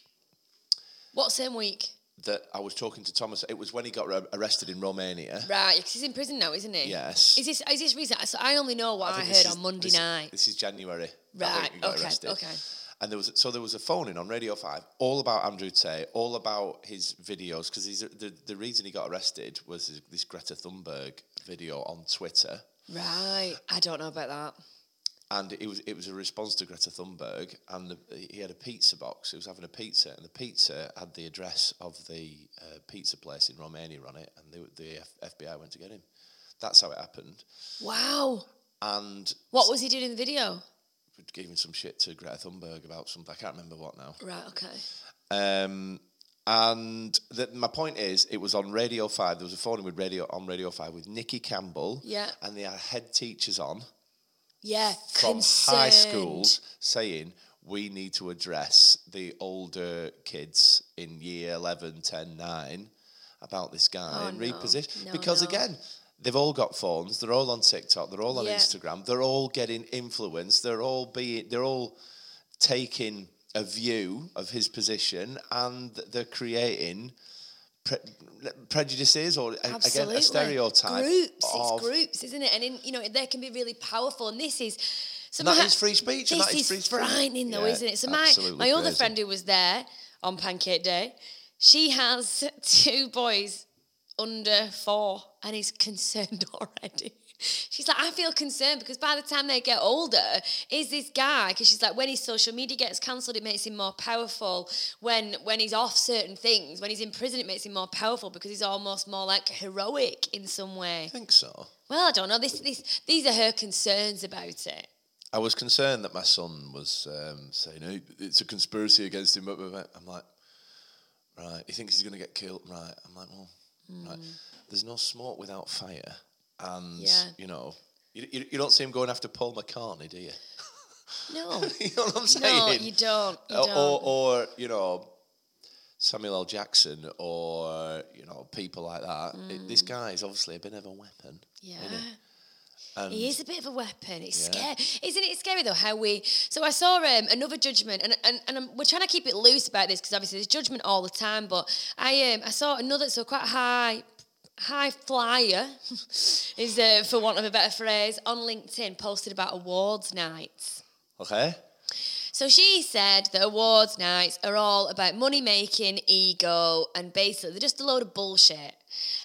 [SPEAKER 2] What same week?
[SPEAKER 3] that I was talking to Thomas. It was when he got ar- arrested in Romania.
[SPEAKER 2] Right, 'cause he's in prison now, isn't he?
[SPEAKER 3] Yes.
[SPEAKER 2] Is this is this reason? So I only know what I,
[SPEAKER 3] think
[SPEAKER 2] heard
[SPEAKER 3] this is-
[SPEAKER 2] on Monday
[SPEAKER 3] this-
[SPEAKER 2] night.
[SPEAKER 3] This is January. I
[SPEAKER 2] Right,
[SPEAKER 3] think he got
[SPEAKER 2] okay,
[SPEAKER 3] arrested.
[SPEAKER 2] okay.
[SPEAKER 3] And there was so there was a phone in on Radio Five, all about Andrew Tay, all about his videos, because he's the, the reason he got arrested was this- this Greta Thunberg video on Twitter,
[SPEAKER 2] Right. I don't know about that.
[SPEAKER 3] and it was it was a response to Greta Thunberg, and the, he had a pizza box. He was having a pizza, and the pizza had the address of the uh, pizza place in Romania on it, and the, the F- FBI went to get him. That's how it happened.
[SPEAKER 2] Wow.
[SPEAKER 3] and
[SPEAKER 2] What was he doing in the video?
[SPEAKER 3] giving some shit to Greta Thunberg about something. I can't remember what now.
[SPEAKER 2] Right. Okay.
[SPEAKER 3] Um, and the, my point is, it was on Radio Five. There was a phone with Radio on Radio Five with Nikki Campbell.
[SPEAKER 2] Yeah.
[SPEAKER 3] and they had head teachers on
[SPEAKER 2] Yeah.
[SPEAKER 3] from high
[SPEAKER 2] concerned.
[SPEAKER 3] schools saying we need to address the older kids in year 11, 10, 9 about this guy
[SPEAKER 2] Oh,
[SPEAKER 3] and
[SPEAKER 2] no.
[SPEAKER 3] reposition.
[SPEAKER 2] No,
[SPEAKER 3] because
[SPEAKER 2] no.
[SPEAKER 3] again, they've all got phones, they're all on TikTok, they're all on
[SPEAKER 2] Yeah.
[SPEAKER 3] Instagram, they're all getting influenced, they're all being they're all taking a view of his position and they're creating pre- prejudices or a-
[SPEAKER 2] Absolutely.
[SPEAKER 3] again a stereotype
[SPEAKER 2] Groups.
[SPEAKER 3] of
[SPEAKER 2] It's groups, isn't it? And in, you know, they can be really powerful. And this is. So
[SPEAKER 3] And that
[SPEAKER 2] my-
[SPEAKER 3] is free speech, and
[SPEAKER 2] This
[SPEAKER 3] that is free speech.
[SPEAKER 2] frightening, though,
[SPEAKER 3] Yeah,
[SPEAKER 2] isn't it? So my
[SPEAKER 3] absolutely
[SPEAKER 2] my other
[SPEAKER 3] crazy.
[SPEAKER 2] friend who was there on Pancake Day, she has two boys under four, and is concerned already. She's like, I feel concerned because by the time they get older, is this guy? Because she's like, when his social media gets cancelled, it makes him more powerful. When when he's off certain things, when he's in prison, it makes him more powerful because he's almost more like heroic in some way.
[SPEAKER 3] I think so.
[SPEAKER 2] Well, I don't know. This, this, these are her concerns about it.
[SPEAKER 3] I was concerned that my son was um, saying "Oh, it's a conspiracy against him. but- but- but-" I'm like, right. He thinks he's going to get killed. Right. I'm like, well, right.
[SPEAKER 2] Hmm.
[SPEAKER 3] There's no smoke without fire, and
[SPEAKER 2] Yeah.
[SPEAKER 3] you know, you, you, you don't see him going after Paul McCartney, do you?
[SPEAKER 2] No,
[SPEAKER 3] you know what I'm saying? Oh,
[SPEAKER 2] no, you don't. You
[SPEAKER 3] Or-
[SPEAKER 2] don't.
[SPEAKER 3] or, or you know, Samuel L. Jackson, or you know, people like that. It-
[SPEAKER 2] Hmm.
[SPEAKER 3] this guy is obviously a bit of a weapon.
[SPEAKER 2] yeah.
[SPEAKER 3] And
[SPEAKER 2] He is a bit of a weapon. It's
[SPEAKER 3] Mm. Yeah.
[SPEAKER 2] scary, isn't it? Scary though how we. So I saw um, another judgment, and and, and I'm, we're trying to keep it loose about this because obviously there's judgment all the time. But I um, I saw another so quite high high flyer is uh, for want of a better phrase on LinkedIn posted about awards nights.
[SPEAKER 3] okay.
[SPEAKER 2] So she said that awards nights are all about money making, ego, and basically they're just a load of bullshit.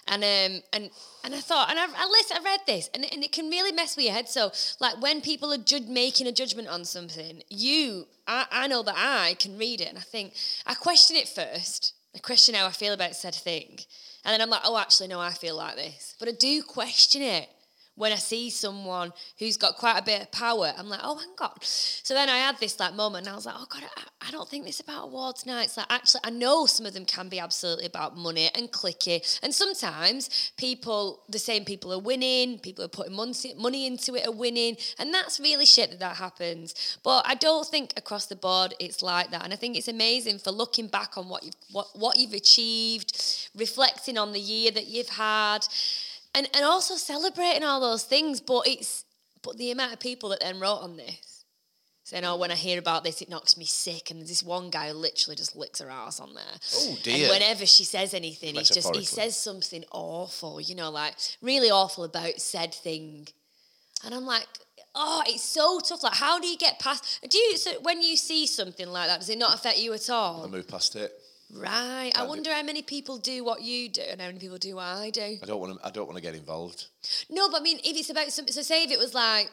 [SPEAKER 2] And um and and I thought, and I, I listen, I read this, and, and it can really mess with your head. So like when people are jud- making a judgment on something, you, I, I know that I can read it, and I think I question it first. I question how I feel about said thing, and then I'm like, oh, actually, no, I feel like this. But I do question it when I see someone who's got quite a bit of power, I'm like, oh, hang on. So then I had this like moment, and I was like, oh god, I, I don't think this about awards nights. Like, actually, I know some of them can be absolutely about money and clicky, and sometimes people, the same people are winning, people who are putting mon- money into it are winning, and that's really shit that that happens. But I don't think across the board it's like that, and I think it's amazing for looking back on what you've what, what you've achieved, reflecting on the year that you've had and and also celebrating all those things. But it's but the amount of people that then wrote on this saying, "Oh, when I hear about this, it knocks me sick." And there's this one guy who literally just licks her ass on there.
[SPEAKER 3] Oh, dear.
[SPEAKER 2] And whenever she says anything, he's just he
[SPEAKER 3] Metaphorically.
[SPEAKER 2] says something awful. You know, like really awful about said thing. And I'm like, oh, it's so tough. Like, how do you get past? Do you so when you see something like that, does it not affect you at
[SPEAKER 3] I
[SPEAKER 2] all?
[SPEAKER 3] move past it.
[SPEAKER 2] Right. I wonder how many people do what you do and how many people do what I do.
[SPEAKER 3] I don't want to. I don't want to get involved.
[SPEAKER 2] No, but I mean, if it's about something, so say if it was like,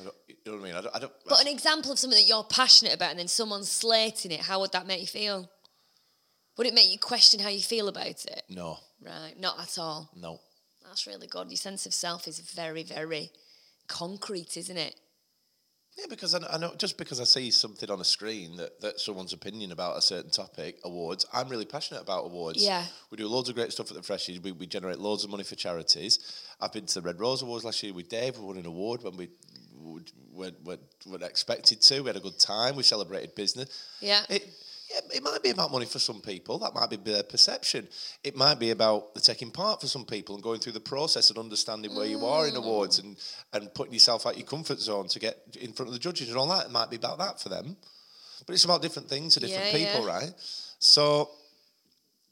[SPEAKER 3] I don't, you know what I mean? I don't. I don't
[SPEAKER 2] but an example of something that you're passionate about and then someone's slating it, how would that make you feel? Would it make you question how you feel about it?
[SPEAKER 3] no,
[SPEAKER 2] Right. Not at all.
[SPEAKER 3] no.
[SPEAKER 2] That's really good. Your sense of self is very, very concrete, isn't it?
[SPEAKER 3] Yeah, because I, I know just because I see something on a screen that, that someone's opinion about a certain topic, awards. I'm really passionate about awards.
[SPEAKER 2] Yeah.
[SPEAKER 3] we do loads of great stuff at the Freshies. We, we generate loads of money for charities. I've been to the Red Rose Awards last year with Dave. We won an award when we would- weren't weren't weren't expected to. We had a good time. We celebrated business.
[SPEAKER 2] Yeah.
[SPEAKER 3] It, yeah, it might be about money for some people. That might be their perception. It might be about the taking part for some people and going through the process and understanding where you are in awards and, and putting yourself out your comfort zone to get in front of the judges and all that. It might be about that for them. But it's about different things to different
[SPEAKER 2] Yeah,
[SPEAKER 3] people,
[SPEAKER 2] yeah.
[SPEAKER 3] right? So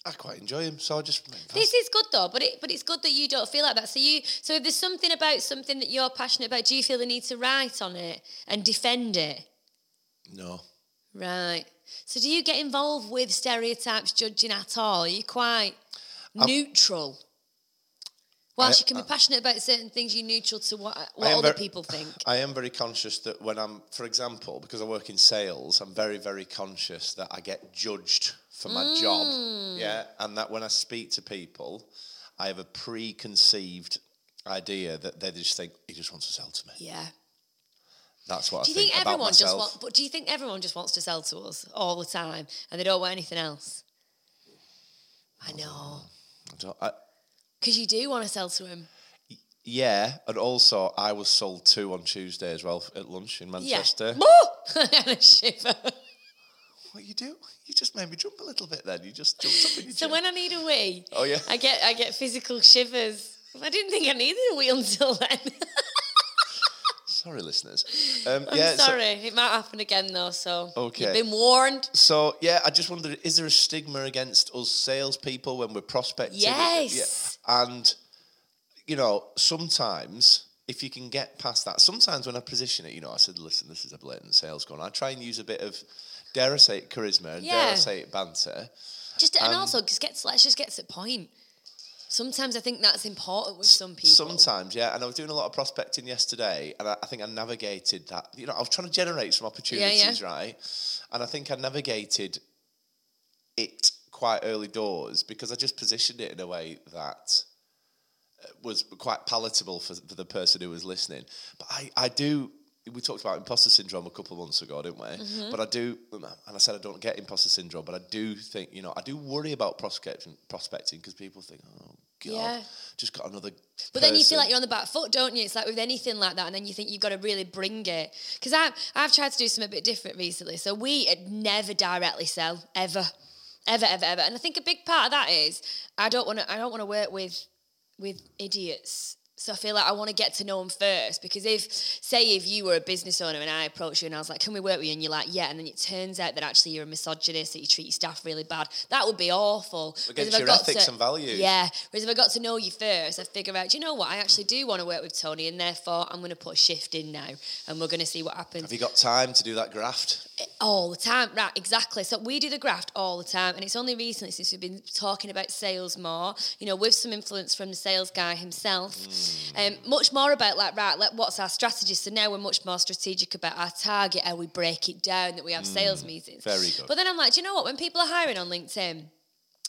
[SPEAKER 3] I quite enjoy him. So I just went
[SPEAKER 2] This
[SPEAKER 3] past.
[SPEAKER 2] is good though, but it but it's good that you don't feel like that. So you so if there's something about something that you're passionate about, do you feel the need to write on it and defend it?
[SPEAKER 3] No.
[SPEAKER 2] Right. So do you get involved with stereotypes judging at all? Are you quite neutral? Whilst
[SPEAKER 3] I-
[SPEAKER 2] you can be passionate about certain things, you're neutral to what
[SPEAKER 3] uh, I
[SPEAKER 2] what
[SPEAKER 3] am
[SPEAKER 2] other
[SPEAKER 3] ver-
[SPEAKER 2] people think.
[SPEAKER 3] I am very conscious that when I'm, for example, because I work in sales, I'm very, very conscious that I get judged for my
[SPEAKER 2] Mm.
[SPEAKER 3] job. Yeah. And that when I speak to people, I have a preconceived idea that they just think, he just wants to sell to me.
[SPEAKER 2] Yeah.
[SPEAKER 3] That's what
[SPEAKER 2] Do
[SPEAKER 3] I
[SPEAKER 2] you
[SPEAKER 3] think,
[SPEAKER 2] think,
[SPEAKER 3] about
[SPEAKER 2] everyone just
[SPEAKER 3] myself.
[SPEAKER 2] wants? But do you think everyone just wants to sell to us all the time, and they don't want anything else? I know,
[SPEAKER 3] I don't- I-
[SPEAKER 2] because you do want to sell to him.
[SPEAKER 3] yeah. And also, I was sold two on Tuesday as well at lunch in Manchester.
[SPEAKER 2] Yeah. and a shiver.
[SPEAKER 3] What you do? You just made me jump a little bit then. You just jumped up in your
[SPEAKER 2] So
[SPEAKER 3] chair.
[SPEAKER 2] when I need a wee,
[SPEAKER 3] Oh, yeah.
[SPEAKER 2] I get I get physical shivers. I didn't think I needed a wee until then.
[SPEAKER 3] Sorry, listeners. Um,
[SPEAKER 2] I'm
[SPEAKER 3] yeah, so-
[SPEAKER 2] sorry, it might happen again though. So
[SPEAKER 3] Okay.
[SPEAKER 2] you've been warned.
[SPEAKER 3] So yeah, I just wonder: is there a stigma against us salespeople when we're prospecting?
[SPEAKER 2] Yes.
[SPEAKER 3] Yeah. And you know, sometimes if you can get past that, sometimes when I position it, you know, I said, "Listen, this is a blatant sales going." on." I try and use a bit of, dare I say, it, charisma and dare I
[SPEAKER 2] Yeah.
[SPEAKER 3] say it, banter.
[SPEAKER 2] Just
[SPEAKER 3] Um,
[SPEAKER 2] and also just get to, let's just get to the point. Sometimes I think that's important with some people.
[SPEAKER 3] Sometimes, yeah. And I was doing a lot of prospecting yesterday, and I, I think I navigated that. You know, I was trying to generate some opportunities, right? And I think I navigated it quite early doors because I just positioned it in a way that uh, was quite palatable for, for the person who was listening. But I, I do. We talked about imposter syndrome a couple of months ago, didn't we?
[SPEAKER 2] Mm-hmm.
[SPEAKER 3] But I do, and I said I don't get imposter syndrome, but I do think, you know, I do worry about prospecting prospecting because people think, oh god,
[SPEAKER 2] Yeah.
[SPEAKER 3] just got another.
[SPEAKER 2] But then you feel like
[SPEAKER 3] person."
[SPEAKER 2] you're on the back foot, don't you? It's like with anything like that, and then you think you've got to really bring it. Because I've I've tried to do something a bit different recently. So we had never directly sell ever, ever, ever, ever. And I think a big part of that is I don't want to I don't want to work with with idiots. So I feel like I want to get to know them first because if, say, if you were a business owner and I approached you and I was like, "Can we work with you?" and you're like, "Yeah," and then it turns out that actually you're a misogynist, that you treat your staff really bad, that would be awful. Whereas
[SPEAKER 3] Against
[SPEAKER 2] if I
[SPEAKER 3] your
[SPEAKER 2] got
[SPEAKER 3] ethics
[SPEAKER 2] to-
[SPEAKER 3] and values.
[SPEAKER 2] Yeah. Whereas if I got to know you first, I figure out, do you know what? I actually do want to work with Tony, and therefore I'm going to put a shift in now, and we're going to see what happens Eh,
[SPEAKER 3] Have you got time to do that graft?
[SPEAKER 2] all the time. Right, exactly. So we do the graft all the time, and it's only recently since we've been talking about sales more. You know, with some influence from the sales guy himself,
[SPEAKER 3] Hmm.
[SPEAKER 2] um, much more about like right, like what's our strategy? So now we're much more strategic about our target, how we break it down, that we have sales meetings.
[SPEAKER 3] Hmm, very good.
[SPEAKER 2] But then I'm like, do you know what? When people are hiring on LinkedIn.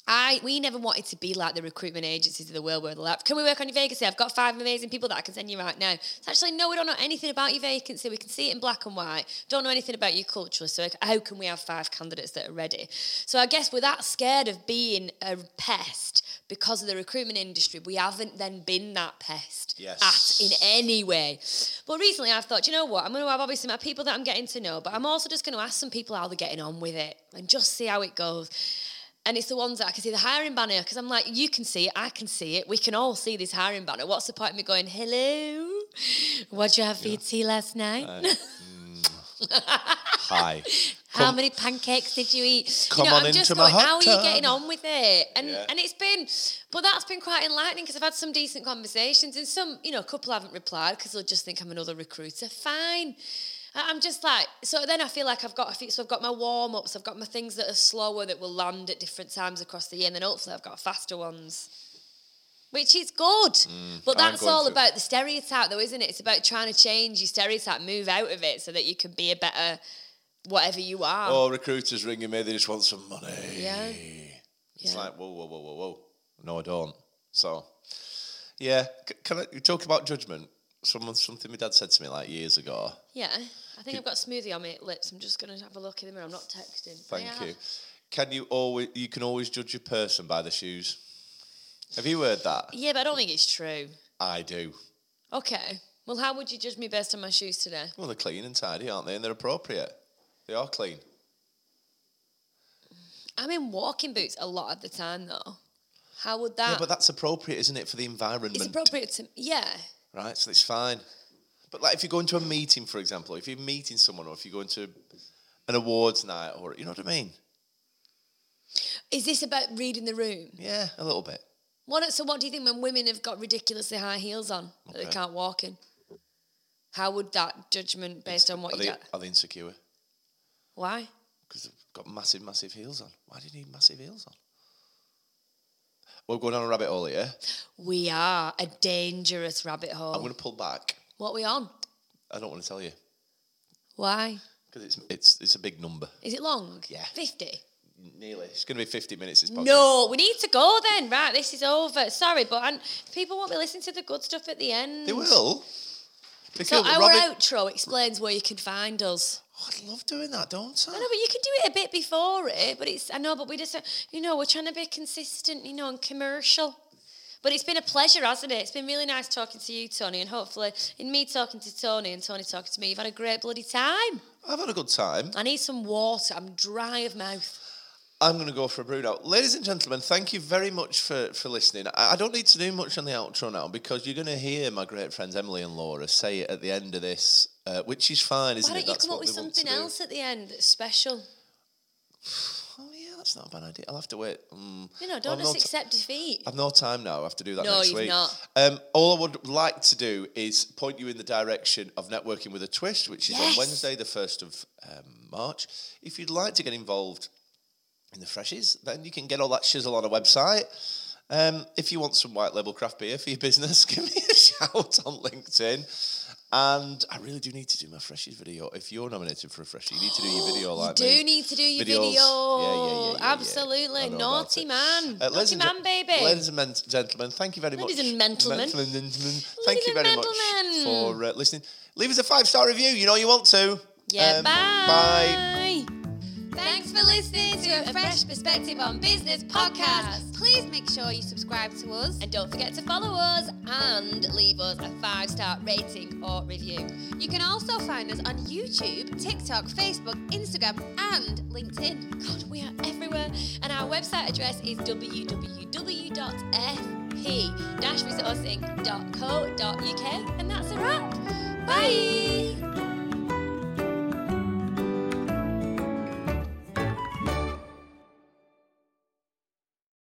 [SPEAKER 2] I we never wanted to be like the recruitment agencies of the world where they're like, can we work on your vacancy? I've got five amazing people that I can send you right now. It's actually no, we don't know anything about your vacancy. We can see it in black and white. Don't know anything about your culture. So how can we have five candidates that are ready? So I guess we're that scared of being a pest because of the recruitment industry. We haven't then been that pest
[SPEAKER 3] Yes.
[SPEAKER 2] at in any way. But recently I've thought, you know what? I'm going to have obviously my people that I'm getting to know, but I'm also just going to ask some people how they're getting on with it and just see how it goes. And it's the ones that I can see the hiring banner because I'm like, you can see it, I can see it, we can all see this hiring banner. What's the point of me going, hello? What'd you have for your tea last night?
[SPEAKER 3] Hi.
[SPEAKER 2] How many pancakes did you eat?
[SPEAKER 3] Come
[SPEAKER 2] you know,
[SPEAKER 3] on
[SPEAKER 2] I'm just
[SPEAKER 3] into my
[SPEAKER 2] going,
[SPEAKER 3] hot
[SPEAKER 2] how are
[SPEAKER 3] tub."
[SPEAKER 2] you getting on with it? And
[SPEAKER 3] Yeah.
[SPEAKER 2] and it's been, but that's been quite enlightening because I've had some decent conversations and some, you know, a couple haven't replied because they'll just think I'm another recruiter. Fine. I- I'm just like so. Then I feel like I've got a few. So I've got my warm ups. I've got my things that are slower that will land at different times across the year, and then hopefully I've got faster ones, which is good. but
[SPEAKER 3] Mm, I'm
[SPEAKER 2] that's
[SPEAKER 3] going
[SPEAKER 2] all
[SPEAKER 3] through-
[SPEAKER 2] about the stereotype, though, isn't it? It's about trying to change your stereotype, move out of it, so that you can be a better whatever you are.
[SPEAKER 3] Oh, recruiters ringing me, they just want some money.
[SPEAKER 2] Yeah.
[SPEAKER 3] It's
[SPEAKER 2] Yeah.
[SPEAKER 3] like, whoa, whoa, whoa, whoa, whoa. No, I don't. So, yeah. C- Can I you talk about judgment? Someone, something my dad said to me like years ago.
[SPEAKER 2] Yeah, I think I've got smoothie on my lips. I'm just gonna have a look in the mirror. I'm not texting.
[SPEAKER 3] Thank
[SPEAKER 2] Yeah.
[SPEAKER 3] you. Can you always, you can always judge a person by the shoes. Have you heard that?
[SPEAKER 2] Yeah, but I don't think it's true.
[SPEAKER 3] I do.
[SPEAKER 2] Okay. Well, how would you judge me based on my shoes today?
[SPEAKER 3] Well, they're clean and tidy, aren't they? And they're appropriate. They are clean.
[SPEAKER 2] I'm in walking boots a lot of the time, though. How would that?
[SPEAKER 3] Yeah, but that's appropriate, isn't it, for the environment?
[SPEAKER 2] Uh, it's appropriate to yeah.
[SPEAKER 3] right? So it's fine. But like, if you're going to a meeting, for example, if you're meeting someone, or if you're going to an awards night, or you know what I mean?
[SPEAKER 2] Is this about reading the room?
[SPEAKER 3] Yeah, a little bit.
[SPEAKER 2] What, so, what do you think when women have got ridiculously high heels on that
[SPEAKER 3] Okay.
[SPEAKER 2] they can't walk in? How would that judgment based on what
[SPEAKER 3] are
[SPEAKER 2] you
[SPEAKER 3] they,
[SPEAKER 2] get?
[SPEAKER 3] Are they insecure?
[SPEAKER 2] Why?
[SPEAKER 3] Because they've got massive, massive heels on. Why do you need massive heels on? We're going on a rabbit hole here.
[SPEAKER 2] We are a dangerous rabbit hole.
[SPEAKER 3] I'm going to pull back.
[SPEAKER 2] What are we on?
[SPEAKER 3] I don't want to tell you
[SPEAKER 2] Why?
[SPEAKER 3] because it's it's it's a big number.
[SPEAKER 2] Is it long?
[SPEAKER 3] Yeah.
[SPEAKER 2] 50.
[SPEAKER 3] Nearly. It's going to be 50 minutes. This podcast.
[SPEAKER 2] No, we need to go then. Right, this is over. Sorry, but and people won't be listening to the good stuff at the end.
[SPEAKER 3] they will. They
[SPEAKER 2] So
[SPEAKER 3] feel that
[SPEAKER 2] our
[SPEAKER 3] Robin-
[SPEAKER 2] outro explains where you can find us.
[SPEAKER 3] Oh, I love doing that, don't I?
[SPEAKER 2] I know, but you can do it a bit before it. But it's I know, but we just you know we're trying to be consistent, you know, and commercial. But it's been a pleasure, hasn't it? It's been really nice talking to you, Tony, and hopefully in me talking to Tony and Tony talking to me, you've had a great bloody time.
[SPEAKER 3] I've had a good time.
[SPEAKER 2] I need some water. I'm dry of mouth.
[SPEAKER 3] I'm going to go for a brew now. Ladies and gentlemen, thank you very much for, for listening. I, I don't need to do much on the outro now because you're going to hear my great friends Emily and Laura say it at the end of this, uh, which is fine, isn't
[SPEAKER 2] Why don't
[SPEAKER 3] it?
[SPEAKER 2] you
[SPEAKER 3] That's
[SPEAKER 2] come up
[SPEAKER 3] what
[SPEAKER 2] with
[SPEAKER 3] they want
[SPEAKER 2] something
[SPEAKER 3] to do.
[SPEAKER 2] else at the end that's special?
[SPEAKER 3] Oh, yeah, that's not a bad idea. I'll have to wait. Mm.
[SPEAKER 2] You know,
[SPEAKER 3] I've
[SPEAKER 2] don't
[SPEAKER 3] no
[SPEAKER 2] just
[SPEAKER 3] ti-
[SPEAKER 2] accept defeat.
[SPEAKER 3] I've no time now. I have to do that
[SPEAKER 2] No,
[SPEAKER 3] next
[SPEAKER 2] you've
[SPEAKER 3] week.
[SPEAKER 2] not.
[SPEAKER 3] Um, all I would like to do is point you in the direction of networking with a twist, which is on
[SPEAKER 2] Yes.
[SPEAKER 3] Wednesday, the first of um, March. If you'd like to get involved in the freshies, then you can get all that shizzle on our website. Um, if you want some white label craft beer for your business, give me a shout on LinkedIn. And I really do need to do my freshies video. If you're nominated for a freshie, you need to do your video like
[SPEAKER 2] do
[SPEAKER 3] me.
[SPEAKER 2] need to do your
[SPEAKER 3] Videos.
[SPEAKER 2] video.
[SPEAKER 3] Yeah, yeah, yeah, yeah, yeah.
[SPEAKER 2] Absolutely.
[SPEAKER 3] I know about
[SPEAKER 2] Naughty
[SPEAKER 3] it.
[SPEAKER 2] man.
[SPEAKER 3] Uh, ladies
[SPEAKER 2] Naughty
[SPEAKER 3] and gen-
[SPEAKER 2] man, baby.
[SPEAKER 3] Ladies and men- gentlemen, thank you very
[SPEAKER 2] Ladies
[SPEAKER 3] much.
[SPEAKER 2] and gentlemen.
[SPEAKER 3] Gentlemen, gentlemen. Thank you
[SPEAKER 2] and
[SPEAKER 3] very much
[SPEAKER 2] gentlemen.
[SPEAKER 3] for uh, listening. Leave us a five star review. You know you want to.
[SPEAKER 2] yeah,
[SPEAKER 3] Um, Bye.
[SPEAKER 2] bye.
[SPEAKER 1] Thanks for listening to a Fresh Perspective on Business podcast.
[SPEAKER 2] podcast.
[SPEAKER 1] Please make sure you subscribe to us.
[SPEAKER 2] And don't forget to follow us and leave us a five star rating or review.
[SPEAKER 1] You can also find us on YouTube, TikTok, Facebook, Instagram, and LinkedIn.
[SPEAKER 2] God, we are everywhere. And our website address is www.fp-resourcing.co.uk. And that's a wrap. Bye.